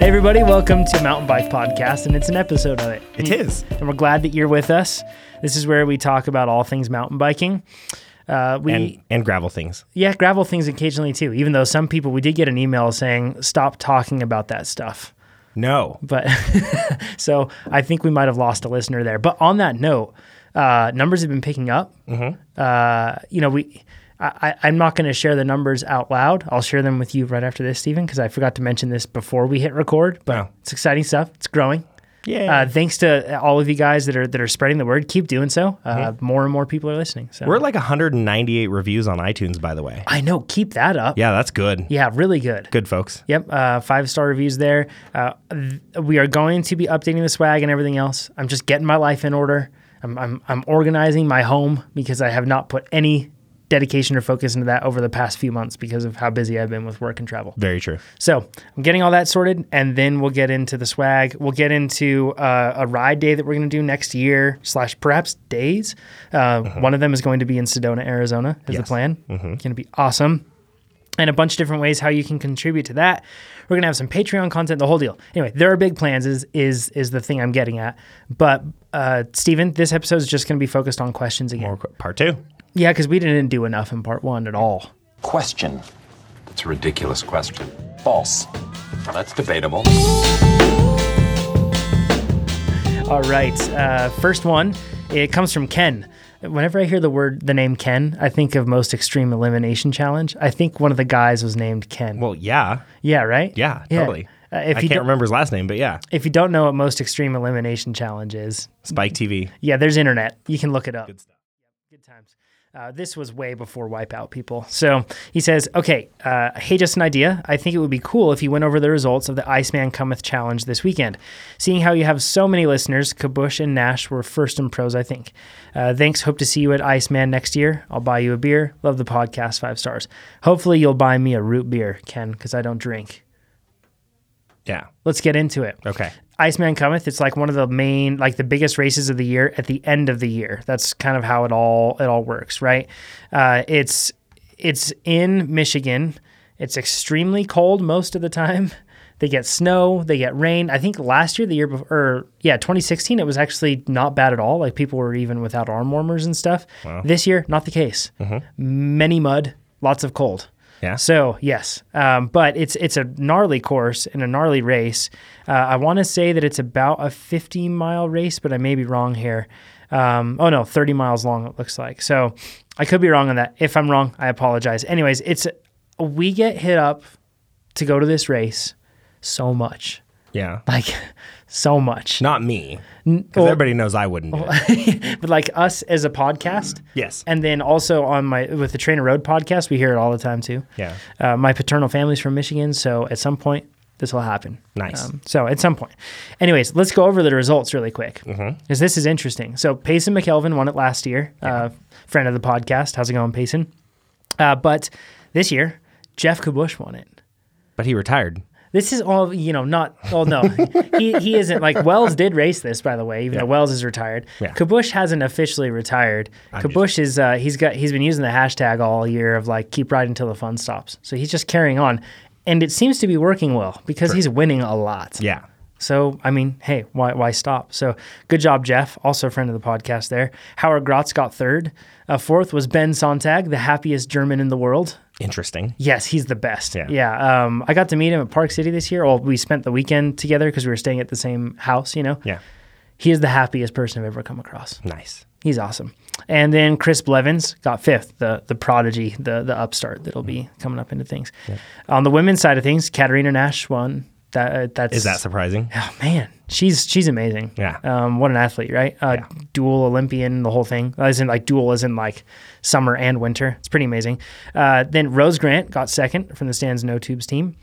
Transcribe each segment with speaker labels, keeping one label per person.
Speaker 1: everybody. Welcome to Mountain Bike Podcast, and it's an episode of it.
Speaker 2: It is.
Speaker 1: And we're glad that you're with us. This is where we talk about all things mountain biking. Uh, we
Speaker 2: And and gravel things.
Speaker 1: yeah, gravel things occasionally too. Even though some people, we did get an email saying stop talking about that stuff.
Speaker 2: No.
Speaker 1: But so I think we might have lost a listener there. But on that note, uh, numbers have been picking up.
Speaker 2: Mm-hmm.
Speaker 1: Uh, you know, we. I, I- I'm not going to share the numbers out loud. I'll share them with you right after this, Stephen, because I forgot to mention this before we hit record. But
Speaker 2: Oh.
Speaker 1: it's exciting stuff. It's growing.
Speaker 2: Yeah.
Speaker 1: Uh, thanks to all of you guys that are that are spreading the word. Keep doing so. Uh, More and more people are listening. So
Speaker 2: We're at like 198 reviews on iTunes, by the way.
Speaker 1: I know. Keep that up.
Speaker 2: Yeah, that's good.
Speaker 1: Yeah, really good.
Speaker 2: Good folks.
Speaker 1: Yep, uh, five star reviews there. Uh, th- we are going to be updating the swag and everything else. I'm just getting my life in order. I'm, I'm, I'm organizing my home because I have not put any dedication or focus into that over the past few months because of how busy I've been with work and travel.
Speaker 2: Very true.
Speaker 1: So I'm getting all that sorted, and then we'll get into the swag. We'll get into uh, a ride day that we're going to do next year, slash perhaps days. Uh, One of them is going to be in Sedona, Arizona, is the
Speaker 2: Uh-huh. Yes. Mm-hmm.
Speaker 1: plan. It's going to be awesome. And a bunch of different ways how you can contribute to that. We're gonna have some Patreon content, the whole deal. Anyway, there are big plans. Is is is the thing I'm getting at. But uh, Stephen, this episode is just gonna be focused on questions again.
Speaker 2: More qu- Part two.
Speaker 1: Yeah, because we didn't do enough in part one at all.
Speaker 3: Question.
Speaker 4: It's a ridiculous question. False. Now that's debatable.
Speaker 1: All right. Uh, first one, it comes from Ken. Whenever I hear the word, the name Ken, I think of most extreme elimination challenge. I think one of the guys was named Ken.
Speaker 2: Well, yeah.
Speaker 1: yeah, right.
Speaker 2: Yeah, totally.
Speaker 1: Uh, if
Speaker 2: I
Speaker 1: you
Speaker 2: can't
Speaker 1: don't,
Speaker 2: remember his last name, but yeah.
Speaker 1: if you don't know what most extreme elimination challenge is,
Speaker 2: Spike TV.
Speaker 1: yeah, there's internet. You can look it up.
Speaker 2: Good stuff.
Speaker 1: Good times. Uh, this was way before Wipeout people. So he says, okay, uh, hey, just an idea. I think it would be cool if you went over the results of the Iceman Cometh Challenge this weekend. Seeing how you have so many listeners, Kabush and Nash were first in pros, I think. Uh, thanks. Hope to see you at Iceman next year. I'll buy you a beer. Love the podcast, five stars. Hopefully, you'll buy me a root beer, Ken, because I don't drink.
Speaker 2: Yeah.
Speaker 1: Let's get into it.
Speaker 2: Okay.
Speaker 1: Iceman Cometh, it's like one of the main, like the biggest races of the year at the end of the year. That's kind of how it all it all works, right? Uh, it's it's in Michigan. It's extremely cold most of the time. They get snow, they get rain. I think last year, the year before, or yeah, 2016, it was actually not bad at all. Like people were even without arm warmers and stuff. This year, not the case. Many mud, lots of cold.
Speaker 2: Yeah.
Speaker 1: So yes, um, but it's it's a gnarly course and a gnarly race. Uh, I want to say that it's about a 50 mile race, but I may be wrong here. Um, oh no, 30 miles long it looks like. So I could be wrong on that. If I'm wrong, I apologize. Anyways, it's we get hit up to go to this race so much,
Speaker 2: Yeah.
Speaker 1: like so much.
Speaker 2: Not me. Because
Speaker 1: well-
Speaker 2: everybody knows I wouldn't do it.
Speaker 1: but like us as a podcast.
Speaker 2: Yes.
Speaker 1: And then also on my with the Trainer Road podcast, we hear it all the time too.
Speaker 2: Yeah.
Speaker 1: Uh, my paternal family's from Michigan, so at some point this will happen. Um,
Speaker 2: Nice.
Speaker 1: so at some point, anyways, let's go over the results really quick because
Speaker 2: Mm-hmm.
Speaker 1: this is interesting. So Payson McKelvin won it last year. Uh, friend of the podcast. How's it going, Payson? Uh, but this year, Jeff Kabush won it.
Speaker 2: But he retired.
Speaker 1: This is all you know. Not oh no, he he isn't like Wells did race this by the way. Even though Wells is retired,
Speaker 2: Yeah.
Speaker 1: Kabush hasn't officially retired. Kabush is uh, he's got he's been using the hashtag all year of like keep riding till the fun stops. So he's just carrying on, and it seems to be working well because he's winning a lot.
Speaker 2: Yeah.
Speaker 1: So I mean, hey, why why stop? So good job, Jeff. Also a friend of the podcast there. Howard Grotz got third. Uh, fourth was Ben Sontag, the happiest German in the world.
Speaker 2: Interesting.
Speaker 1: Yes, he's the best. Yeah.
Speaker 2: Yeah.
Speaker 1: Um, I got to meet him at Park City this year. Well, we spent the weekend together because we were staying at the same house, you know?
Speaker 2: Yeah.
Speaker 1: He is the happiest person I've ever come across.
Speaker 2: Nice.
Speaker 1: He's awesome. And then Chris Blevins got fifth, the the prodigy, the the upstart that'll be coming up into things. On the women's side of things, Katarina Nash won. That uh, that's
Speaker 2: Is that surprising?
Speaker 1: Oh man, she's she's amazing.
Speaker 2: Yeah.
Speaker 1: Um, what an athlete, right? Uh, Dual Olympian, the whole thing. As in like dual, as in like summer and winter. It's pretty amazing. Uh, then Rose Grant got second from the Stands No Tubes team.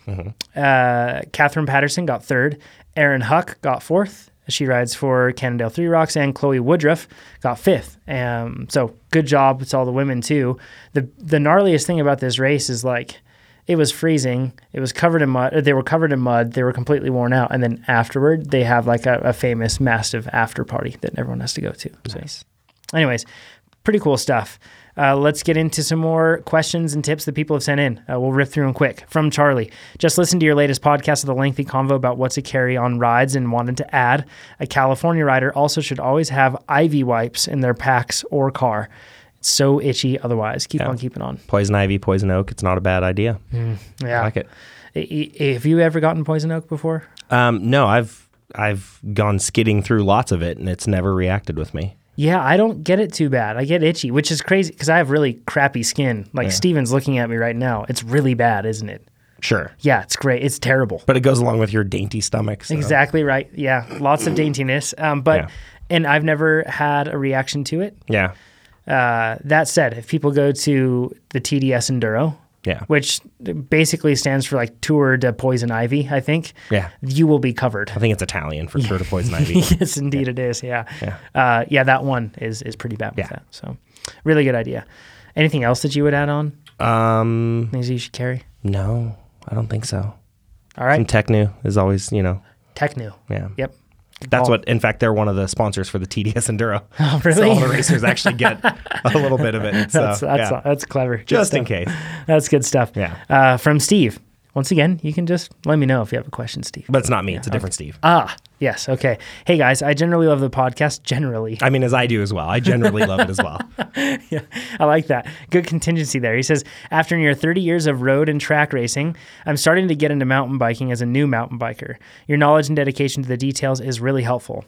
Speaker 1: Uh, Catherine Patterson got third. Erin Huck got fourth. She rides for Cannondale Three Rocks, and Chloe Woodruff got fifth. Um, so good job to all the women too. The the gnarliest thing about this race is like it was freezing. It was covered in mud. They were covered in mud. They were completely worn out. And then afterward, they have like a, a famous, massive after party that everyone has to go to. So, anyways, pretty cool stuff. Uh, let's get into some more questions and tips that people have sent in. Uh, we'll riff through them quick. From Charlie, just listened to your latest podcast of the lengthy convo about what to carry on rides and wanted to add a California rider also should always have Ivy wipes in their packs or car. It's so itchy otherwise. Keep on keeping on.
Speaker 2: Poison ivy, poison oak. It's not a bad idea.
Speaker 1: Yeah.
Speaker 2: I like it.
Speaker 1: I- I- Have you ever gotten poison oak before?
Speaker 2: Um, no, I've I've gone skidding through lots of it, and it's never reacted with me.
Speaker 1: Yeah, I don't get it too bad. I get itchy, which is crazy because I have really crappy skin. Like Steven's looking at me right now. It's really bad, isn't it?
Speaker 2: Sure,
Speaker 1: Yeah, it's great. It's terrible.
Speaker 2: but it goes along with your dainty stomach. so-
Speaker 1: Exactly right. Yeah, lots of daintiness. Um, but
Speaker 2: Yeah.
Speaker 1: and I've never had a reaction to it.
Speaker 2: Yeah.
Speaker 1: Uh, that said, if people go to the TDS Enduro,
Speaker 2: Yeah.
Speaker 1: which basically stands for like Tour de Poison Ivy, I think.
Speaker 2: Yeah.
Speaker 1: you will be covered.
Speaker 2: I think it's Italian for Tour de Poison Ivy.
Speaker 1: yes, indeed it is. Yeah. Yeah. Uh, yeah, that one is is pretty bad with
Speaker 2: Yeah.
Speaker 1: that. So, really good idea. Anything else that you would add on?
Speaker 2: Um,
Speaker 1: Things you should carry?
Speaker 2: no, I don't think so.
Speaker 1: All right.
Speaker 2: And Technu is always, you know,
Speaker 1: Technu.
Speaker 2: yeah.
Speaker 1: Yep. Oh, Good
Speaker 2: That's
Speaker 1: call.
Speaker 2: what, in fact, they're one of the sponsors for the TDS Enduro. Oh,
Speaker 1: really?
Speaker 2: So all the racers actually get a little bit of it. So,
Speaker 1: That's that's,
Speaker 2: uh, yeah.
Speaker 1: that's clever. Good
Speaker 2: just in
Speaker 1: stuff.
Speaker 2: case.
Speaker 1: That's good stuff.
Speaker 2: Yeah.
Speaker 1: Uh, from Steve. Once again, you can just let me know if you have a question, Steve.
Speaker 2: But it's not me. It's a different Steve.
Speaker 1: Ah, yes. Okay. Hey guys, I generally love the podcast. Generally,
Speaker 2: I mean, as I do as well. I generally love it as well.
Speaker 1: I like that. Good contingency there. He says, after near 30 years of road and track racing, I'm starting to get into mountain biking as a new mountain biker. Your knowledge and dedication to the details is really helpful.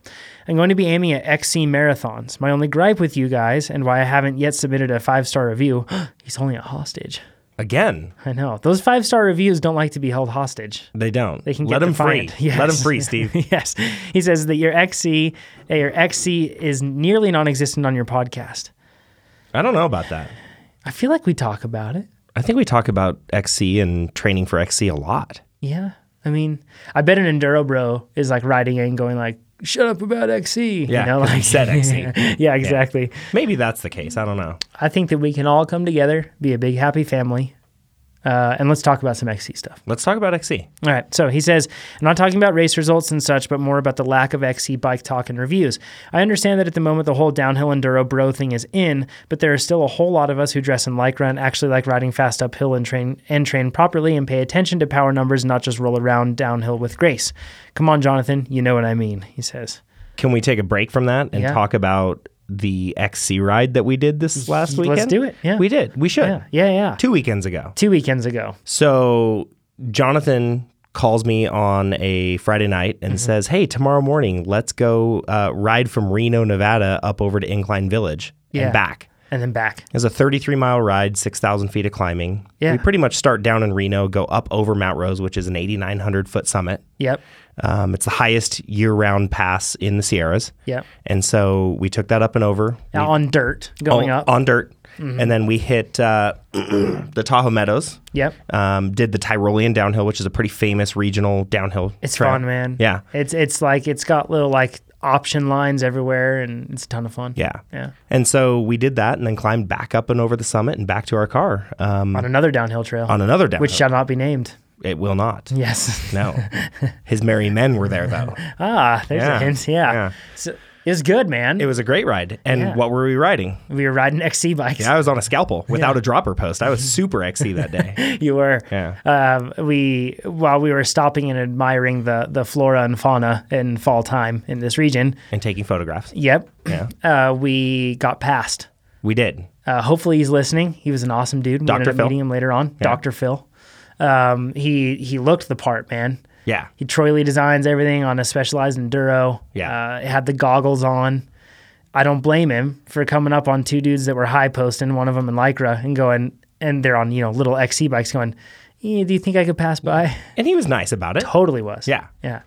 Speaker 1: I'm going to be aiming at XC marathons. My only gripe with you guys and why I haven't yet submitted a five star review, he's holding a hostage.
Speaker 2: Again,
Speaker 1: I know. Those five star reviews don't like to be held hostage.
Speaker 2: they don't. They
Speaker 1: can
Speaker 2: Let
Speaker 1: get
Speaker 2: them free.
Speaker 1: defiant. Yes.
Speaker 2: Let them free, Steve.
Speaker 1: yes. He says that your XC, uh, your XC is nearly non existent on your podcast.
Speaker 2: I don't know about that.
Speaker 1: I feel like we talk about it.
Speaker 2: I think we talk about XC and training for XC a lot.
Speaker 1: Yeah. I mean, I bet an enduro bro is like riding in going like, shut up about XC.
Speaker 2: Yeah,
Speaker 1: You know,
Speaker 2: 'cause he
Speaker 1: like
Speaker 2: said XC.
Speaker 1: yeah, exactly.
Speaker 2: Maybe that's the case. I don't know.
Speaker 1: I think that we can all come together, be a big happy family. Uh, and let's talk about some XC stuff.
Speaker 2: Let's talk about XC.
Speaker 1: All right. So he says, I'm not talking about race results and such, but more about the lack of XC bike talk and reviews. I understand that at the moment the whole downhill enduro bro thing is in, but there are still a whole lot of us who dress in lycra and actually like riding fast uphill and train and train properly and pay attention to power numbers, not just roll around downhill with grace. Come on, Jonathan, you know what I mean, he says.
Speaker 2: Can we take a break from that and
Speaker 1: Yeah.
Speaker 2: talk about the XC ride that we did this last
Speaker 1: let's
Speaker 2: weekend?
Speaker 1: do it, yeah.
Speaker 2: We did. We should.
Speaker 1: Yeah, yeah, yeah. Two,
Speaker 2: Two weekends ago.
Speaker 1: weekends ago.
Speaker 2: So Jonathan calls me on a Friday night
Speaker 1: Mm-hmm.
Speaker 2: and says, "Hey, tomorrow morning, let's go uh, ride from Reno, Nevada, up over to Incline Village
Speaker 1: Yeah.
Speaker 2: and back."
Speaker 1: And then back.
Speaker 2: It was a 33 mile ride, 6,000 feet of climbing.
Speaker 1: Yeah.
Speaker 2: We pretty much start down in Reno, go up over Mount Rose, which is an 8,900 foot summit.
Speaker 1: Yep.
Speaker 2: Um, it's the highest year round pass in the Sierras.
Speaker 1: Yep.
Speaker 2: And so we took that up and over. We-
Speaker 1: Oh, on dirt going
Speaker 2: on,
Speaker 1: up. Mm-hmm.
Speaker 2: on dirt. And then we hit uh, the Tahoe Meadows.
Speaker 1: Yep.
Speaker 2: Um, did the Tyrolean downhill, which is a pretty famous regional downhill.
Speaker 1: It's
Speaker 2: track.
Speaker 1: fun, man.
Speaker 2: Yeah.
Speaker 1: It's it's like it's got little like option lines everywhere and it's a ton of fun.
Speaker 2: Yeah.
Speaker 1: Yeah.
Speaker 2: And so we did that and then climbed back up and over the summit and back to our car um,
Speaker 1: On another downhill trail.
Speaker 2: on another downhill.
Speaker 1: which shall not be named.
Speaker 2: it will not.
Speaker 1: Yes.
Speaker 2: No. His merry men were there, though.
Speaker 1: ah, there's
Speaker 2: Yeah.
Speaker 1: a hint. Yeah.
Speaker 2: Yeah.
Speaker 1: So, it was good, man.
Speaker 2: It was a great ride. And
Speaker 1: Yeah.
Speaker 2: what were we riding?
Speaker 1: we were riding XC bikes.
Speaker 2: I was on a scalpel without a dropper post. I was super XC that day.
Speaker 1: You were.
Speaker 2: Yeah.
Speaker 1: Um, we while we were stopping and admiring the the flora and fauna in fall time in this region.
Speaker 2: And taking photographs.
Speaker 1: Yep.
Speaker 2: Yeah.
Speaker 1: Uh, we got past.
Speaker 2: We did.
Speaker 1: Uh, hopefully he's listening. He was an awesome dude. We
Speaker 2: Dr.
Speaker 1: ended up
Speaker 2: Phil?
Speaker 1: meeting him later on. Dr. Phil. Um, he he looked the part, man.
Speaker 2: Yeah.
Speaker 1: He Troy designs everything on a specialized enduro.
Speaker 2: Yeah.
Speaker 1: Uh, had the goggles on. I don't blame him for coming up on two dudes that were high posting, one of them in Lycra, and going, and they're on, you know, little XC bikes going, "Eh, Do you think I could pass by?
Speaker 2: And he was nice about it.
Speaker 1: Totally was.
Speaker 2: Yeah.
Speaker 1: Yeah.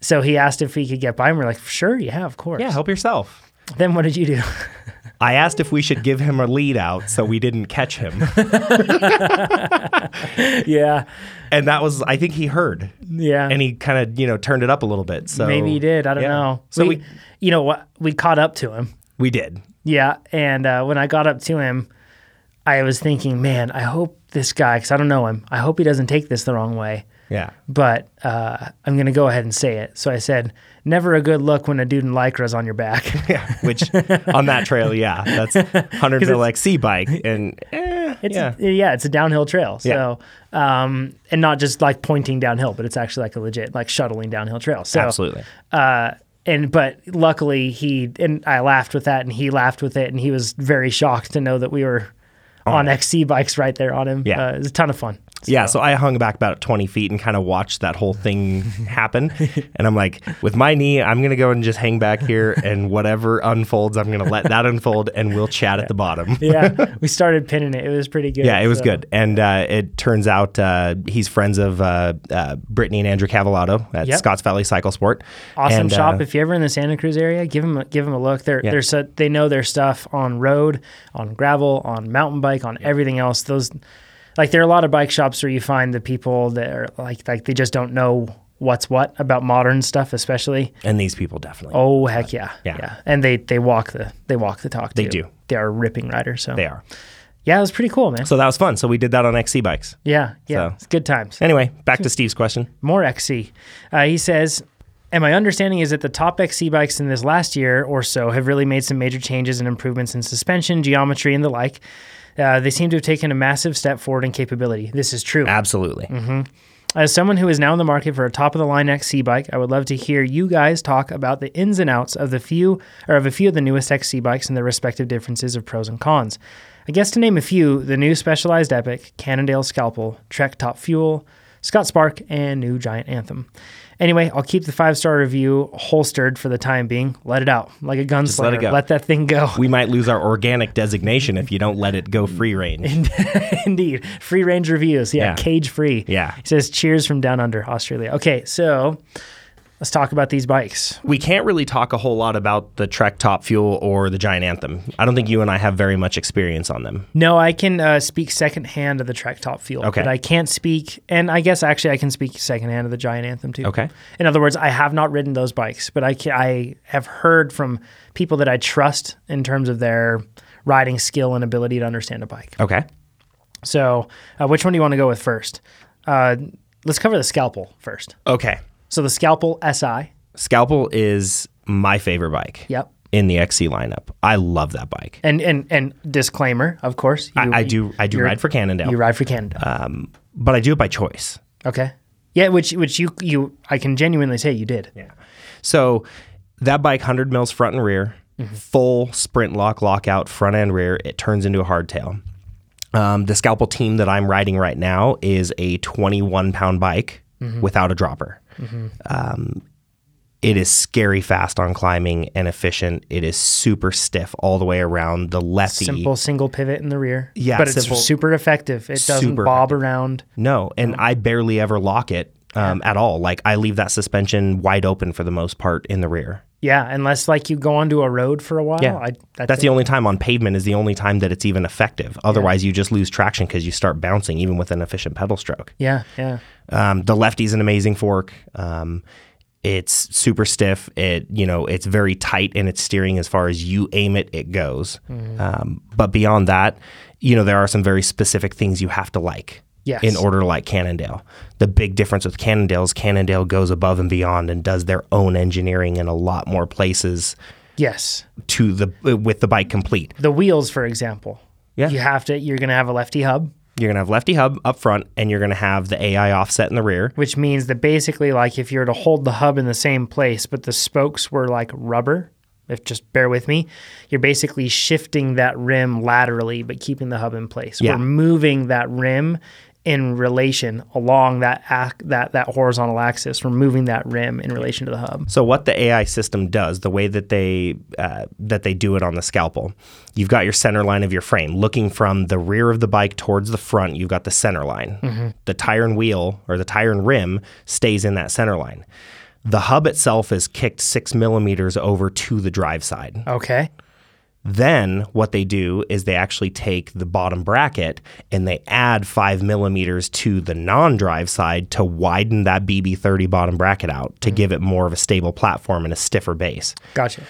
Speaker 1: So he asked if we could get by, and we're like, Sure, yeah, of course.
Speaker 2: Yeah, help yourself.
Speaker 1: Then what did you do?
Speaker 2: I asked if we should give him a lead out so we didn't catch him.
Speaker 1: yeah.
Speaker 2: And that was, I think he heard.
Speaker 1: Yeah.
Speaker 2: And he kind of, you know, turned it up a little bit. So
Speaker 1: Maybe he did. I don't
Speaker 2: yeah.
Speaker 1: know.
Speaker 2: So
Speaker 1: we,
Speaker 2: we,
Speaker 1: you know what? We caught up to him.
Speaker 2: we did.
Speaker 1: Yeah, and uh, when I got up to him, I was thinking, man, I hope this guy, because I don't know him, I hope he doesn't take this the wrong way.
Speaker 2: Yeah.
Speaker 1: but uh, I'm going to go ahead and say it. So I said, never a good look when a dude in lycra's on your back.
Speaker 2: Yeah. Which on that trail, yeah, that's 100 mil XC bike. And eh,
Speaker 1: It's
Speaker 2: yeah.
Speaker 1: A, yeah, it's a downhill trail. So, um, and not just like pointing downhill, but it's actually like a legit like shuttling downhill trail. So,
Speaker 2: Absolutely.
Speaker 1: Uh, and but luckily he and I laughed with that, and he laughed with it, and he was very shocked to know that we were on XC bikes right there on him.
Speaker 2: Yeah.
Speaker 1: uh, it was a ton of fun.
Speaker 2: Yeah, so I hung back about 20 feet and kind of watched that whole thing happen. and I'm like, with my knee, I'm going to go and just hang back here, and whatever unfolds, I'm going to let that unfold, and we'll chat at the bottom.
Speaker 1: yeah, we started pinning it. It was pretty good.
Speaker 2: Yeah, it was
Speaker 1: so-
Speaker 2: good. And uh, it turns out uh, he's friends of uh, uh, Brittany and Andrew Cavallado at
Speaker 1: Yep.
Speaker 2: Scotts Valley Cycle Sport.
Speaker 1: Awesome
Speaker 2: And,
Speaker 1: shop.
Speaker 2: uh,
Speaker 1: if you're ever in the Santa Cruz area, give them a, give them a look. They're they're so, they know their stuff on road, on gravel, on mountain bike, on everything else. Those like there are a lot of bike shops where you find the people that are like like they just don't know what's what about modern stuff, especially.
Speaker 2: and these people definitely.
Speaker 1: Oh heck yeah,
Speaker 2: Yeah.
Speaker 1: And they they walk the they walk the talk. They
Speaker 2: do.
Speaker 1: They are ripping riders. So
Speaker 2: They are.
Speaker 1: yeah, it was pretty cool, man.
Speaker 2: So that was fun. So we did that on XC bikes.
Speaker 1: yeah, yeah,
Speaker 2: So-
Speaker 1: it's good times.
Speaker 2: Anyway, back to Steve's question.
Speaker 1: more XC. Uh, he says, and my understanding is that the top XC bikes in this last year or so have really made some major changes and improvements in suspension, geometry, and the like. Uh, they seem to have taken a massive step forward in capability. This is true.
Speaker 2: Absolutely.
Speaker 1: Mm-hmm. As someone who is now in the market for a top of the line XC bike, I would love to hear you guys talk about the ins and outs of the few or of a few of the newest XC bikes and their respective differences of pros and cons. I guess to name a few, the new Specialized Epic, Cannondale Scalpel, Trek Top Fuel, Scott Spark, and new Giant Anthem. Anyway, I'll keep the five star review holstered for the time being. Let it out like a gunslinger.
Speaker 2: let it go.
Speaker 1: that thing go.
Speaker 2: We might lose our organic designation if you don't let it go free range.
Speaker 1: Indeed. Free range reviews. Yeah.
Speaker 2: Yeah.
Speaker 1: Cage free.
Speaker 2: Yeah.
Speaker 1: He says, cheers from down under Australia. Okay. So let's talk about these bikes.
Speaker 2: we can't really talk a whole lot about the Trek Top Fuel or the Giant Anthem. I don't think you and I have very much experience on them.
Speaker 1: No, I can uh, speak secondhand of the Trek Top Fuel.
Speaker 2: Okay.
Speaker 1: But I can't speak, and I guess actually I can speak secondhand of the Giant Anthem too.
Speaker 2: Okay.
Speaker 1: In other words, I have not ridden those bikes, but I, ca I have heard from people that I trust in terms of their riding skill and ability to understand a bike.
Speaker 2: Okay.
Speaker 1: So, uh, which one do you want to go with first? Uh, let's cover the Scalpel first.
Speaker 2: Okay.
Speaker 1: So, the Scalpel SI.
Speaker 2: Scalpel is my favorite bike.
Speaker 1: Yep.
Speaker 2: In the XC lineup, I love that bike.
Speaker 1: And and and disclaimer, of course. You,
Speaker 2: I, I do. Uh, I do
Speaker 1: you're-
Speaker 2: ride for Cannondale,
Speaker 1: You ride for Canada.
Speaker 2: but I do it by choice.
Speaker 1: okay. Yeah, which which you you I can genuinely say you did. Yeah.
Speaker 2: So that bike, 100 mils front and rear, full sprint lock lockout front and rear. It turns into a hardtail. Um, the scalpel team that I'm riding right now is a 21 pound bike without a dropper. Um, it is scary fast on climbing and efficient. It is super stiff all the way around. The lefty,
Speaker 1: Simple single pivot in the rear.
Speaker 2: Yeah,
Speaker 1: But it's
Speaker 2: simple-
Speaker 1: super effective. It doesn't
Speaker 2: Super
Speaker 1: bob around.
Speaker 2: No, and I barely ever lock it um, at all. Like I leave that suspension wide open for the most part in the rear.
Speaker 1: Yeah, unless like you go onto a road for a while. I,
Speaker 2: that's,
Speaker 1: that's
Speaker 2: the
Speaker 1: it.
Speaker 2: only time on pavement is the only time that it's even effective. Otherwise, you just lose traction because you start bouncing even with an efficient pedal stroke.
Speaker 1: Yeah, yeah.
Speaker 2: Um, the lefty's an amazing fork. Um, it's super stiff. It you know it's very tight in its steering as far as you aim it, it goes. Um, but beyond that, you know there are some very specific things you have to like.
Speaker 1: Yes.
Speaker 2: In order to like Cannondale, the big difference with Cannondale is Cannondale goes above and beyond and does their own engineering in a lot more places
Speaker 1: Yes.
Speaker 2: to the with the bike complete.
Speaker 1: The wheels, for example.
Speaker 2: Yeah.
Speaker 1: You have to you're gonna have a lefty hub,
Speaker 2: You're gonna have lefty hub up front, and you're gonna have the AI offset in the rear.
Speaker 1: which means that basically like if you were to hold the hub in the same place but the spokes were like rubber if just bear with me you're basically shifting that rim laterally but keeping the hub in place
Speaker 2: Yeah.
Speaker 1: we're moving that rim in relation along that ac- that that horizontal axis we're moving that rim in relation to the hub
Speaker 2: So what the AI system does, the way that they uh, that they do it on the scalpel, you've got your center line of your frame, looking from the rear of the bike towards the front. You've got the center line. The tire and wheel or the tire and rim stays in that center line. The hub itself is kicked six millimeters over to the drive side.
Speaker 1: okay
Speaker 2: Then what they do is they actually take the bottom bracket and they add five millimeters to the non-drive side to widen that BB30 bottom bracket out to give it more of a stable platform and a stiffer base.
Speaker 1: gotcha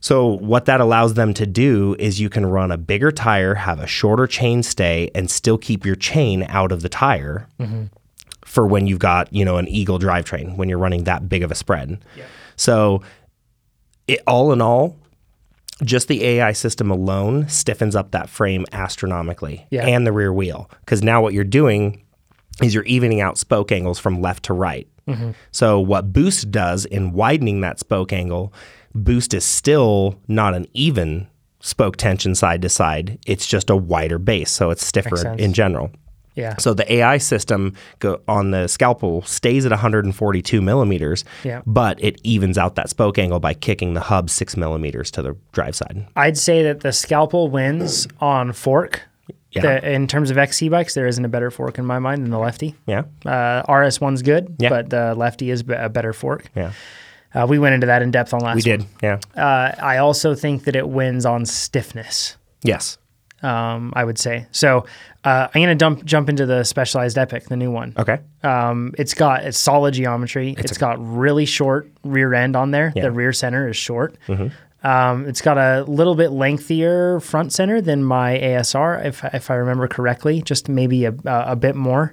Speaker 2: So what that allows them to do is you can run a bigger tire, have a shorter chain stay, and still keep your chain out of the tire for when you've got you know an eagle drivetrain when you're running that big of a spread. So, it, all in all, just the AI system alone stiffens up that frame astronomically
Speaker 1: Yeah.
Speaker 2: and the rear wheel. Because now what you're doing is you're evening out spoke angles from left to right.
Speaker 1: Mm-hmm.
Speaker 2: So, what Boost does in widening that spoke angle, Boost is still not an even spoke tension side to side. It's just a wider base. So, it's stiffer
Speaker 1: sense.
Speaker 2: in general.
Speaker 1: Yeah.
Speaker 2: So the AI system go, on the scalpel stays at 142 millimeters,
Speaker 1: Yeah.
Speaker 2: but it evens out that spoke angle by kicking the hub six millimeters to the drive side.
Speaker 1: I'd say that the scalpel wins on fork.
Speaker 2: Yeah.
Speaker 1: The- in terms of XC bikes, there isn't a better fork in my mind than the lefty.
Speaker 2: Yeah.
Speaker 1: Uh, RS1's good,
Speaker 2: Yeah.
Speaker 1: but the lefty is be- a better fork.
Speaker 2: Yeah.
Speaker 1: Uh, we went into that in depth on last
Speaker 2: We did. Yeah.
Speaker 1: Uh, I also think that it wins on stiffness.
Speaker 2: yes.
Speaker 1: Um, I would say so. Uh, I'm gonna dump, jump into the specialized epic, the new one.
Speaker 2: Okay.
Speaker 1: Um, it's got it's solid geometry. It's got really short rear end on there. The rear center is short.
Speaker 2: Mm-hmm.
Speaker 1: Um, it's got a little bit lengthier front center than my ASR, if if I remember correctly, just maybe a a bit more.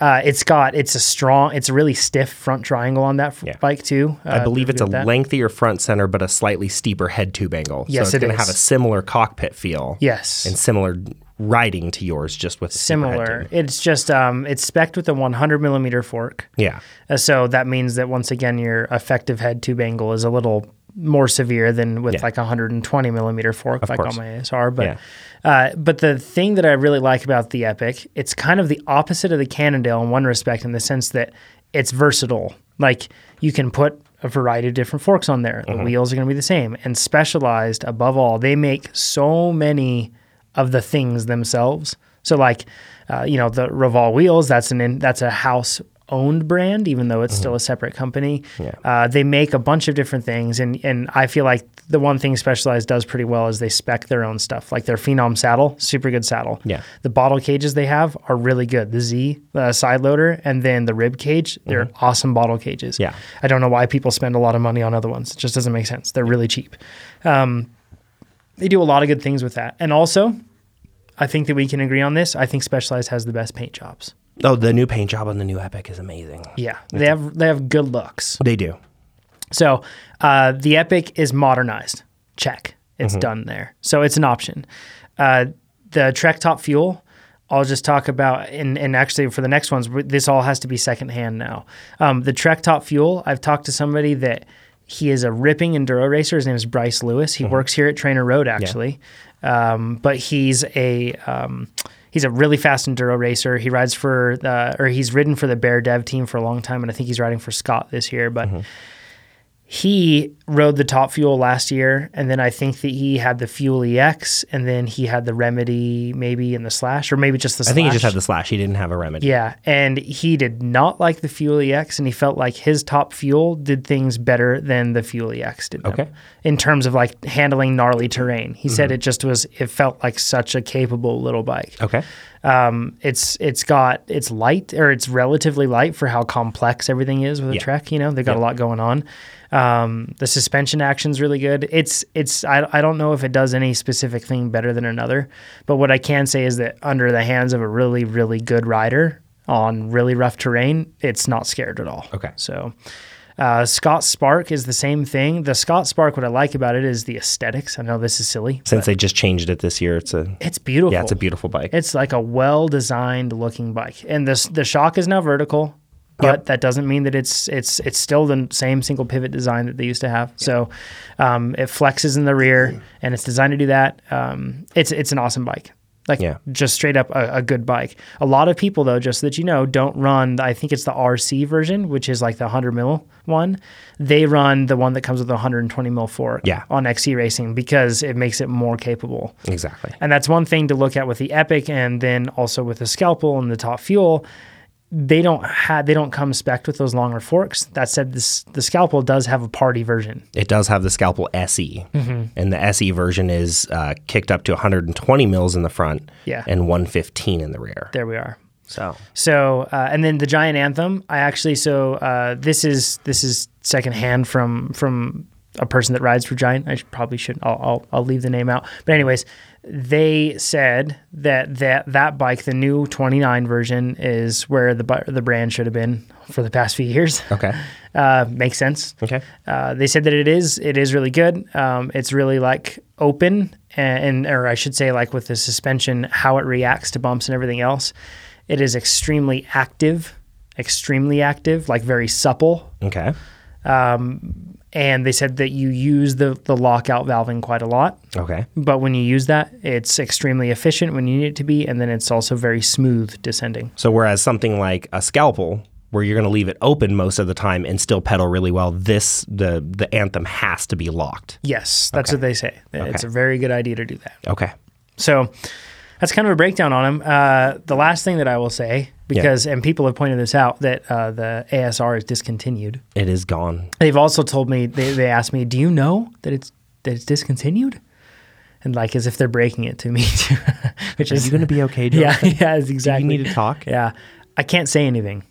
Speaker 1: Uh, it's got it's a strong, it's a really stiff front triangle on that f-
Speaker 2: Yeah.
Speaker 1: bike too. Uh,
Speaker 2: I believe it's a
Speaker 1: with that.
Speaker 2: lengthier front center, but a slightly steeper head tube angle.
Speaker 1: Yes,
Speaker 2: so it's
Speaker 1: it
Speaker 2: going to
Speaker 1: is.
Speaker 2: have a similar cockpit feel.
Speaker 1: Yes.
Speaker 2: And similar riding to yours, just with a steeper head
Speaker 1: similar.
Speaker 2: tube.
Speaker 1: It's just um, it's specced with a 100 millimeter fork.
Speaker 2: Yeah.
Speaker 1: Uh, So that means that once again, your effective head tube angle is a little more severe than with
Speaker 2: Yeah.
Speaker 1: like a 120 millimeter fork, like
Speaker 2: course.
Speaker 1: on my ASR. But uh, but the thing that I really like about the Epic, it's kind of the opposite of the Cannondale in one respect, in the sense that it's versatile. Like you can put a variety of different forks on there. The
Speaker 2: Mm-hmm.
Speaker 1: wheels are going to be the same. And specialized, above all, they make so many of the things themselves. So like, uh, you know, the Revol wheels. That's an in, that's a house owned brand, even though
Speaker 2: Mm-hmm.
Speaker 1: it's still a separate company. Uh, they make a bunch of different things, and and I feel like the one thing Specialized does pretty well is they spec their own stuff. Like their Phenom saddle, super good saddle.
Speaker 2: Yeah.
Speaker 1: The bottle cages they have are really good. The Z uh, side loader and then the rib cage, they're awesome bottle cages.
Speaker 2: Mm-hmm. Yeah.
Speaker 1: I don't know why people spend a lot of money on other ones. It just doesn't make sense. They're really cheap. Um, they do a lot of good things with that, and also. I think that we can agree on this. I think Specialized has the best paint jobs.
Speaker 2: Oh, the new paint job on the new Epic is amazing.
Speaker 1: Yeah, they have they have good looks.
Speaker 2: They do.
Speaker 1: So uh, the Epic is modernized. Check, it's done there. So it's an option. Uh, the Trek Top Fuel. I'll just talk about and, and actually for the next ones, w- this all has to be secondhand now. Um, the Trek Top Fuel. I've talked to somebody that he is a ripping enduro racer. His name is Bryce Lewis. He works here at Trainer Road actually, um, but he's a um, he's a really fast enduro racer. He rides for uh, or he's ridden for the Bear Dev team for a long time, and I think he's riding for Scott this year. But
Speaker 2: Mm-hmm.
Speaker 1: he rode the top fuel last year and then i think that he had the fuel ex and then he had the remedy maybe in the slash or maybe just the slash
Speaker 2: I think he just had the slash. He didn't have a remedy.
Speaker 1: yeah and he did not like the fuel ex and he felt like his top fuel did things better than the fuel ex did them,
Speaker 2: Okay.
Speaker 1: in terms of like handling gnarly terrain he said it just was it felt like such a capable little bike
Speaker 2: Okay.
Speaker 1: um, it's it's got it's light or it's relatively light for how complex everything is with a
Speaker 2: Yeah.
Speaker 1: Trek. You know, they've got a lot going on. Um, the suspension action's really good. It's it's I, I don't know if it does any specific thing better than another, but what I can say is that under the hands of a really really good rider on really rough terrain, it's not scared at all.
Speaker 2: Okay.
Speaker 1: so. Uh, Scott Spark is the same thing. The Scott Spark, what I like about it is the aesthetics. I know this is silly.
Speaker 2: Since they just changed it this year, it's a
Speaker 1: It's beautiful.
Speaker 2: yeah, it's a beautiful bike.
Speaker 1: It's like a well designed looking bike, and this the shock is now vertical, but that doesn't mean that it's it's it's still the same single pivot design that they used to have. So um, it flexes in the rear, and it's designed to do that. Um, it's it's an awesome bike. Like
Speaker 2: Yeah.
Speaker 1: just straight up a, a good bike. A lot of people though, just so that you know, don't run. I think it's the RC version, which is like the 100 mil one. They run the one that comes with the 120 mil fork
Speaker 2: Yeah.
Speaker 1: on XC Racing because it makes it more capable.
Speaker 2: exactly.
Speaker 1: And that's one thing to look at with the Epic and then also with the Scalpel and the Top Fuel. They don't have they don't come spec with those longer forks. That said, this the Scalpel does have a party version.
Speaker 2: It does have the scalpel SE,
Speaker 1: Mm-hmm.
Speaker 2: and the SE version is uh, kicked up to 120 mils in the front,
Speaker 1: Yeah.
Speaker 2: and 115 in the rear.
Speaker 1: There we are.
Speaker 2: So
Speaker 1: So uh, and then the Giant Anthem. I actually so uh, this is this is secondhand from from a person that rides for Giant. I should, probably should. I'll, I'll I'll leave the name out. But anyways, they said that that that bike, the new 29 version, is where the bu- the brand should have been for the past few years.
Speaker 2: Okay.
Speaker 1: Uh, makes sense.
Speaker 2: Okay.
Speaker 1: Uh, they said that it is it is really good. Um, it's really like open and, and or I should say like with the suspension, how it reacts to bumps and everything else. It is extremely active, extremely active, like very supple.
Speaker 2: Okay.
Speaker 1: And they said that you use the the lockout valving quite a lot.
Speaker 2: Okay.
Speaker 1: But when you use that, it's extremely efficient when you need it to be, and then it's also very smooth descending.
Speaker 2: So whereas something like a scalpel, where you're going to leave it open most of the time and still pedal really well, this the the anthem has to be locked.
Speaker 1: Yes, that's what they say. It's a very good idea to do that.
Speaker 2: Okay.
Speaker 1: So that's kind of a breakdown on him. Uh, the last thing that I will say, because and people have pointed this out, that uh, the ASR is discontinued.
Speaker 2: It is gone.
Speaker 1: They've also told me they, they asked me, "Do you know that it's that it's discontinued?" And like as if they're breaking it to me, too, which
Speaker 2: Are
Speaker 1: is
Speaker 2: you going to be okay, Joe?
Speaker 1: yeah, yeah, it's
Speaker 2: Do you
Speaker 1: exactly.
Speaker 2: need to talk?
Speaker 1: Yeah, I can't say anything,